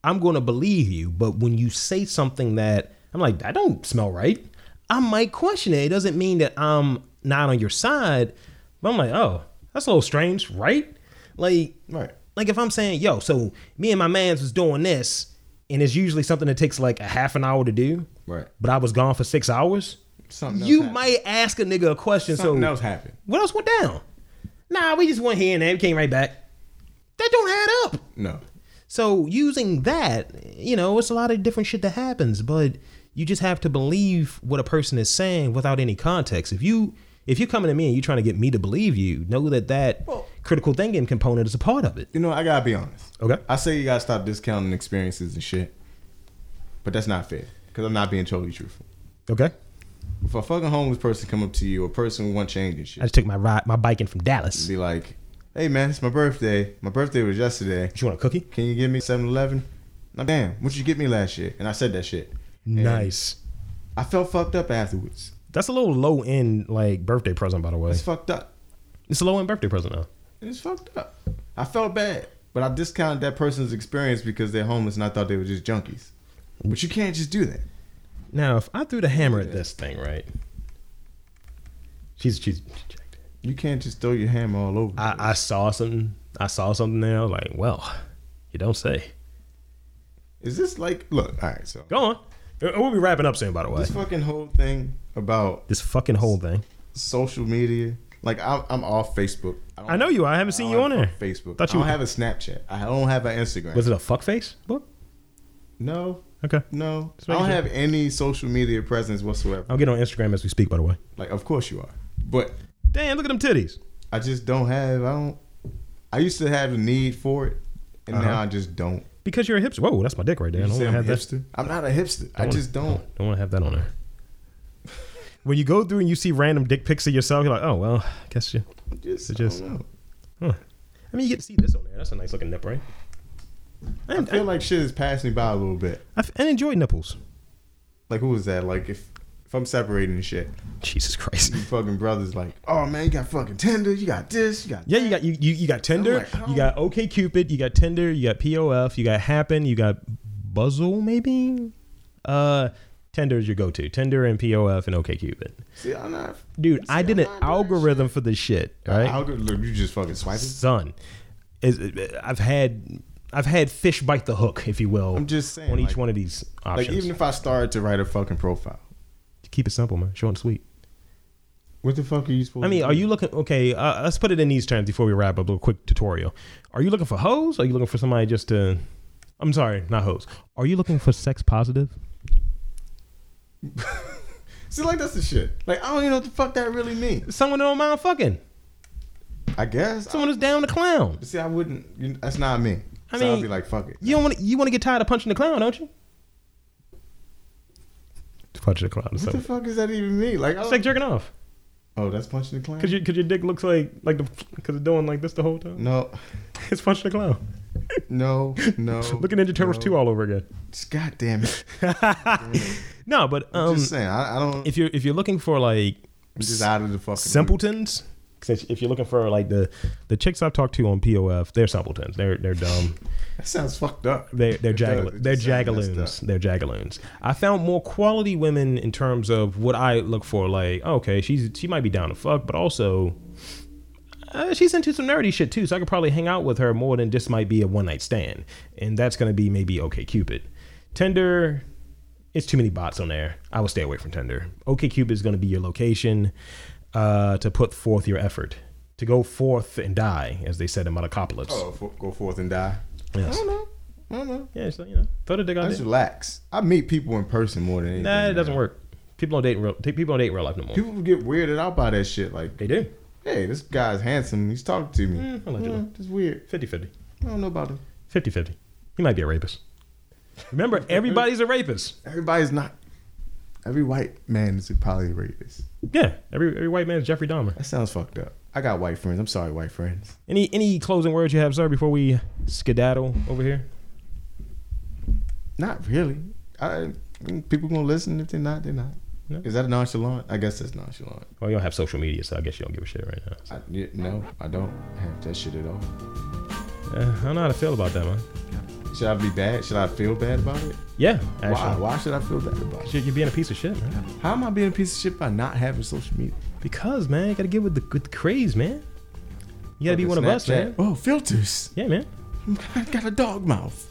[SPEAKER 1] I'm going to believe you. But when you say something that I'm like, I don't smell right, I might question it. It doesn't mean that I'm not on your side, but I'm like, oh, that's a little strange, right? Like,
[SPEAKER 2] Right.
[SPEAKER 1] like if I'm saying, yo, so me and my man's was doing this, and it's usually something that takes like a half an hour to do.
[SPEAKER 2] Right.
[SPEAKER 1] But I was gone for six hours.
[SPEAKER 2] Something else
[SPEAKER 1] you
[SPEAKER 2] happened.
[SPEAKER 1] might ask a nigga a question.
[SPEAKER 2] something
[SPEAKER 1] so
[SPEAKER 2] else happened.
[SPEAKER 1] what else went down? Nah, we just went here and there. We came right back. That don't add up.
[SPEAKER 2] No,
[SPEAKER 1] So using that, you know, it's a lot of different shit that happens, but you just have to believe what a person is saying without any context. If you if you're coming to me and you're trying to get me to believe you, know that that critical thinking component is a part of it.
[SPEAKER 2] you know, I gotta be honest.
[SPEAKER 1] Okay.
[SPEAKER 2] I say you gotta stop discounting experiences and shit, but that's not fair because I'm not being totally truthful.
[SPEAKER 1] Okay.
[SPEAKER 2] If a fucking homeless person come up to you, or a person with one change and
[SPEAKER 1] I
[SPEAKER 2] shit,
[SPEAKER 1] just took my ride, my biking from Dallas.
[SPEAKER 2] be like, "Hey man, it's my birthday. My birthday was yesterday.
[SPEAKER 1] You want a cookie?
[SPEAKER 2] Can you give me 7-Eleven?" Like, damn, what you get me last year? And I said that shit. And
[SPEAKER 1] Nice.
[SPEAKER 2] I felt fucked up afterwards.
[SPEAKER 1] That's a little low end like birthday present, by the way.
[SPEAKER 2] It's fucked up.
[SPEAKER 1] It's a low end birthday present though.
[SPEAKER 2] It's fucked up. I felt bad, but I discounted that person's experience because they're homeless and I thought they were just junkies. But you can't just do that.
[SPEAKER 1] Now, if I threw the hammer at this thing, right? She's she's.
[SPEAKER 2] You can't just throw your hammer all over.
[SPEAKER 1] I, I saw something. I saw something there. I was like, well, you don't say.
[SPEAKER 2] Is this like look? All right, so
[SPEAKER 1] Go on. Uh, We'll be wrapping up soon, by the way.
[SPEAKER 2] this fucking whole thing about
[SPEAKER 1] This fucking whole thing.
[SPEAKER 2] social media. Like I'm, I'm off Facebook. don't-
[SPEAKER 1] I know you. are. I haven't seen
[SPEAKER 2] I
[SPEAKER 1] you on
[SPEAKER 2] don't
[SPEAKER 1] there.
[SPEAKER 2] have Facebook.
[SPEAKER 1] Thought
[SPEAKER 2] I
[SPEAKER 1] you
[SPEAKER 2] don't have a Snapchat. I don't have an Instagram.
[SPEAKER 1] was it a fuckface book?
[SPEAKER 2] no,
[SPEAKER 1] Okay.
[SPEAKER 2] no.
[SPEAKER 1] Just
[SPEAKER 2] I
[SPEAKER 1] making
[SPEAKER 2] don't
[SPEAKER 1] sure. Oh.
[SPEAKER 2] have any social media presence whatsoever.
[SPEAKER 1] I'll get on Instagram as we speak. By the way.
[SPEAKER 2] Like, of course you are, but
[SPEAKER 1] Damn! Look at them titties.
[SPEAKER 2] I just don't have. I don't. I used to have a need for it, and now I just don't.
[SPEAKER 1] Because you're a hipster. Whoa, that's my dick right there. Uh-huh. I
[SPEAKER 2] You
[SPEAKER 1] don't
[SPEAKER 2] say
[SPEAKER 1] want to
[SPEAKER 2] I'm a
[SPEAKER 1] have that.
[SPEAKER 2] hipster? I'm not a hipster. I just don't.
[SPEAKER 1] Don't want to have that on there. When you go through and you see random dick pics of yourself, you're like, oh well, I guess you.
[SPEAKER 2] I Just, I
[SPEAKER 1] Suggest-
[SPEAKER 2] don't know.
[SPEAKER 1] Huh. I mean, you get to see this on there. That's a nice looking nip, right?
[SPEAKER 2] I feel like shit is passing me by a little bit.
[SPEAKER 1] I, f- I enjoy nipples.
[SPEAKER 2] Like, who was that? Like, if if I'm separating and shit,
[SPEAKER 1] Jesus Christ.
[SPEAKER 2] your fucking brother's like, oh man, you got fucking Tinder, you got this, you got
[SPEAKER 1] Yeah, you got you you, you got Tinder,
[SPEAKER 2] like, how-
[SPEAKER 1] you got OK Cupid, you got Tinder, you got POF, you got Happen, you got Buzzle, maybe. Uh, Tinder is your go-to. Tinder and POF and OK Cupid.
[SPEAKER 2] See, I'm not.
[SPEAKER 1] Dude, I did an
[SPEAKER 2] I'm not doing
[SPEAKER 1] algorithm for this shit. Right,
[SPEAKER 2] I'll go, look, you just fucking swipe it.
[SPEAKER 1] son. Is I've had I've had fish bite the hook, if you will.
[SPEAKER 2] I'm just saying,
[SPEAKER 1] on each
[SPEAKER 2] like-
[SPEAKER 1] one of these options.
[SPEAKER 2] Like, even if I started to write a fucking profile,
[SPEAKER 1] Keep it simple, man. Short and sweet.
[SPEAKER 2] what the fuck are you supposed?
[SPEAKER 1] I mean,
[SPEAKER 2] to
[SPEAKER 1] are
[SPEAKER 2] do?
[SPEAKER 1] you looking? Okay, uh, let's put it in these terms before we wrap up. A little quick tutorial. Are you looking for hoes? Are you looking for somebody just to? I'm sorry, not hoes. Are you looking for sex positive?
[SPEAKER 2] See, like that's the shit. Like, I don't even know what the fuck that really means.
[SPEAKER 1] Someone that don't mind fucking.
[SPEAKER 2] I guess.
[SPEAKER 1] Someone that's down to clown.
[SPEAKER 2] See, I wouldn't. You, that's not me.
[SPEAKER 1] I
[SPEAKER 2] so I'll
[SPEAKER 1] mean,
[SPEAKER 2] be like, fuck it.
[SPEAKER 1] You don't want to. You want to get tired of punching the clown, don't you? Punching the clown. Is
[SPEAKER 2] What the
[SPEAKER 1] something.
[SPEAKER 2] fuck does that even mean? Like, I
[SPEAKER 1] It's
[SPEAKER 2] don't-
[SPEAKER 1] like jerking off.
[SPEAKER 2] oh, that's punching the clown.
[SPEAKER 1] Cause your cause your dick looks like like the cause it's doing like this the whole time.
[SPEAKER 2] no,
[SPEAKER 1] It's punching the clown.
[SPEAKER 2] no, no.
[SPEAKER 1] Look at Ninja Turtles
[SPEAKER 2] no.
[SPEAKER 1] two all over again.
[SPEAKER 2] God damn it.
[SPEAKER 1] No, but
[SPEAKER 2] I'm
[SPEAKER 1] um,
[SPEAKER 2] just saying. I, I don't.
[SPEAKER 1] if you're if you're looking for like
[SPEAKER 2] I'm just out of the fucking.
[SPEAKER 1] simpletons. 'Cause if you're looking for like the the chicks I've talked to on POF, they're simpletons. They're they're dumb.
[SPEAKER 2] That sounds fucked up.
[SPEAKER 1] They they're
[SPEAKER 2] It does.
[SPEAKER 1] jaggle,
[SPEAKER 2] It
[SPEAKER 1] they're
[SPEAKER 2] just sounds messed
[SPEAKER 1] jagaloons.
[SPEAKER 2] up.
[SPEAKER 1] They're jagaloons. I found more quality women in terms of what I look for. Like okay, she's she might be down to fuck, but also. Uh, she's into some nerdy shit too, so I could probably hang out with her more than just might be a one night stand, and that's gonna be maybe okay Cupid, Tinder. It's too many bots on there. I would stay away from Tinder. Okay Cupid is gonna be your location uh, to put forth your effort, to go forth and die, as they said in Metacopolis.
[SPEAKER 2] Oh, fo- go forth and die.
[SPEAKER 1] Yes.
[SPEAKER 2] I don't know. I don't know.
[SPEAKER 1] Yeah, so you know, throw the dick out
[SPEAKER 2] I
[SPEAKER 1] there.
[SPEAKER 2] just relax. I meet people in person more than anything.
[SPEAKER 1] Nah, it
[SPEAKER 2] man.
[SPEAKER 1] doesn't work. People don't date in real. People don't date in real life no more.
[SPEAKER 2] People get weirded out by that shit. Like,
[SPEAKER 1] They do.
[SPEAKER 2] hey, this guy's handsome. He's talking to me.
[SPEAKER 1] Mm, allegedly.
[SPEAKER 2] Mm, that's weird.
[SPEAKER 1] 50 50.
[SPEAKER 2] I don't know about him.
[SPEAKER 1] 50 50. He might be a rapist. Remember, everybody's a rapist.
[SPEAKER 2] Everybody's not. Every white man is probably a rapist.
[SPEAKER 1] Yeah, every, every white man is Jeffrey Dahmer.
[SPEAKER 2] That sounds fucked up. I got white friends. I'm sorry, white friends.
[SPEAKER 1] Any any closing words you have, sir, before we skedaddle over here?
[SPEAKER 2] Not really. I people gonna listen if they're not. They're not.
[SPEAKER 1] No.
[SPEAKER 2] Is that nonchalant? I guess that's nonchalant.
[SPEAKER 1] Well, you don't have social media, so I guess you don't give a shit right now.
[SPEAKER 2] I, yeah, no, I don't have that shit at all.
[SPEAKER 1] Uh, I don't know how to feel about that, man.
[SPEAKER 2] Should I be bad? Should I feel bad about it?
[SPEAKER 1] Yeah, actually.
[SPEAKER 2] Why? Why should I feel bad about it?
[SPEAKER 1] Shit, You're being a piece of shit, man.
[SPEAKER 2] How am I being a piece of shit by not having social media?
[SPEAKER 1] Because, man, you gotta get with the good craze, man. You gotta be
[SPEAKER 2] Fucking
[SPEAKER 1] one of us,
[SPEAKER 2] Snapchat.
[SPEAKER 1] man.
[SPEAKER 2] Oh, filters.
[SPEAKER 1] Yeah, man.
[SPEAKER 2] I got a dog mouth.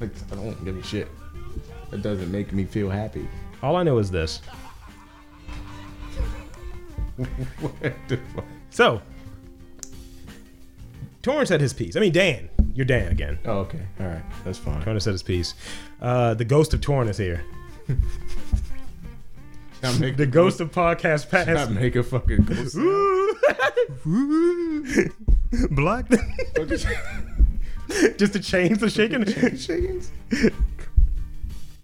[SPEAKER 2] Like I don't give a shit. It doesn't make me feel happy.
[SPEAKER 1] All I know is this.
[SPEAKER 2] what the fuck?
[SPEAKER 1] So, Torrance had his piece. I mean, Dan. You're Dan again.
[SPEAKER 2] Oh, okay. All right. That's fine.
[SPEAKER 1] Torrance had his piece. Uh, the ghost of Torrance is here.
[SPEAKER 2] I make
[SPEAKER 1] The ghost of podcast
[SPEAKER 2] I
[SPEAKER 1] past.
[SPEAKER 2] make a fucking ghost.
[SPEAKER 1] Block. Just the chains are shaking.
[SPEAKER 2] Chickens.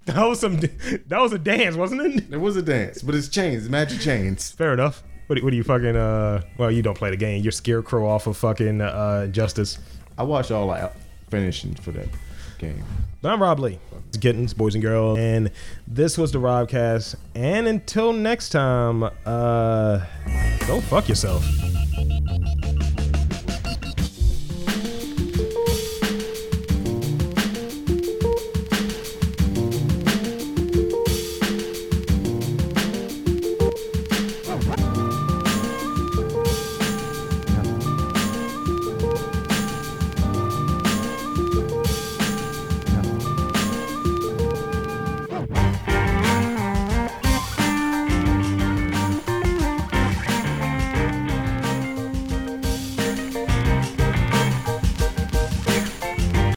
[SPEAKER 1] That was some. That was a dance, wasn't it?
[SPEAKER 2] There was a dance, but it's chains, magic chains.
[SPEAKER 1] Fair enough. What do, what do you fucking uh? Well, you don't play the game. You're scarecrow off of fucking uh justice.
[SPEAKER 2] I watched all out finishing for that game.
[SPEAKER 1] But I'm Rob Lee. It's Gittins, boys and girls, and this was the Robcast. And until next time, uh, go fuck yourself.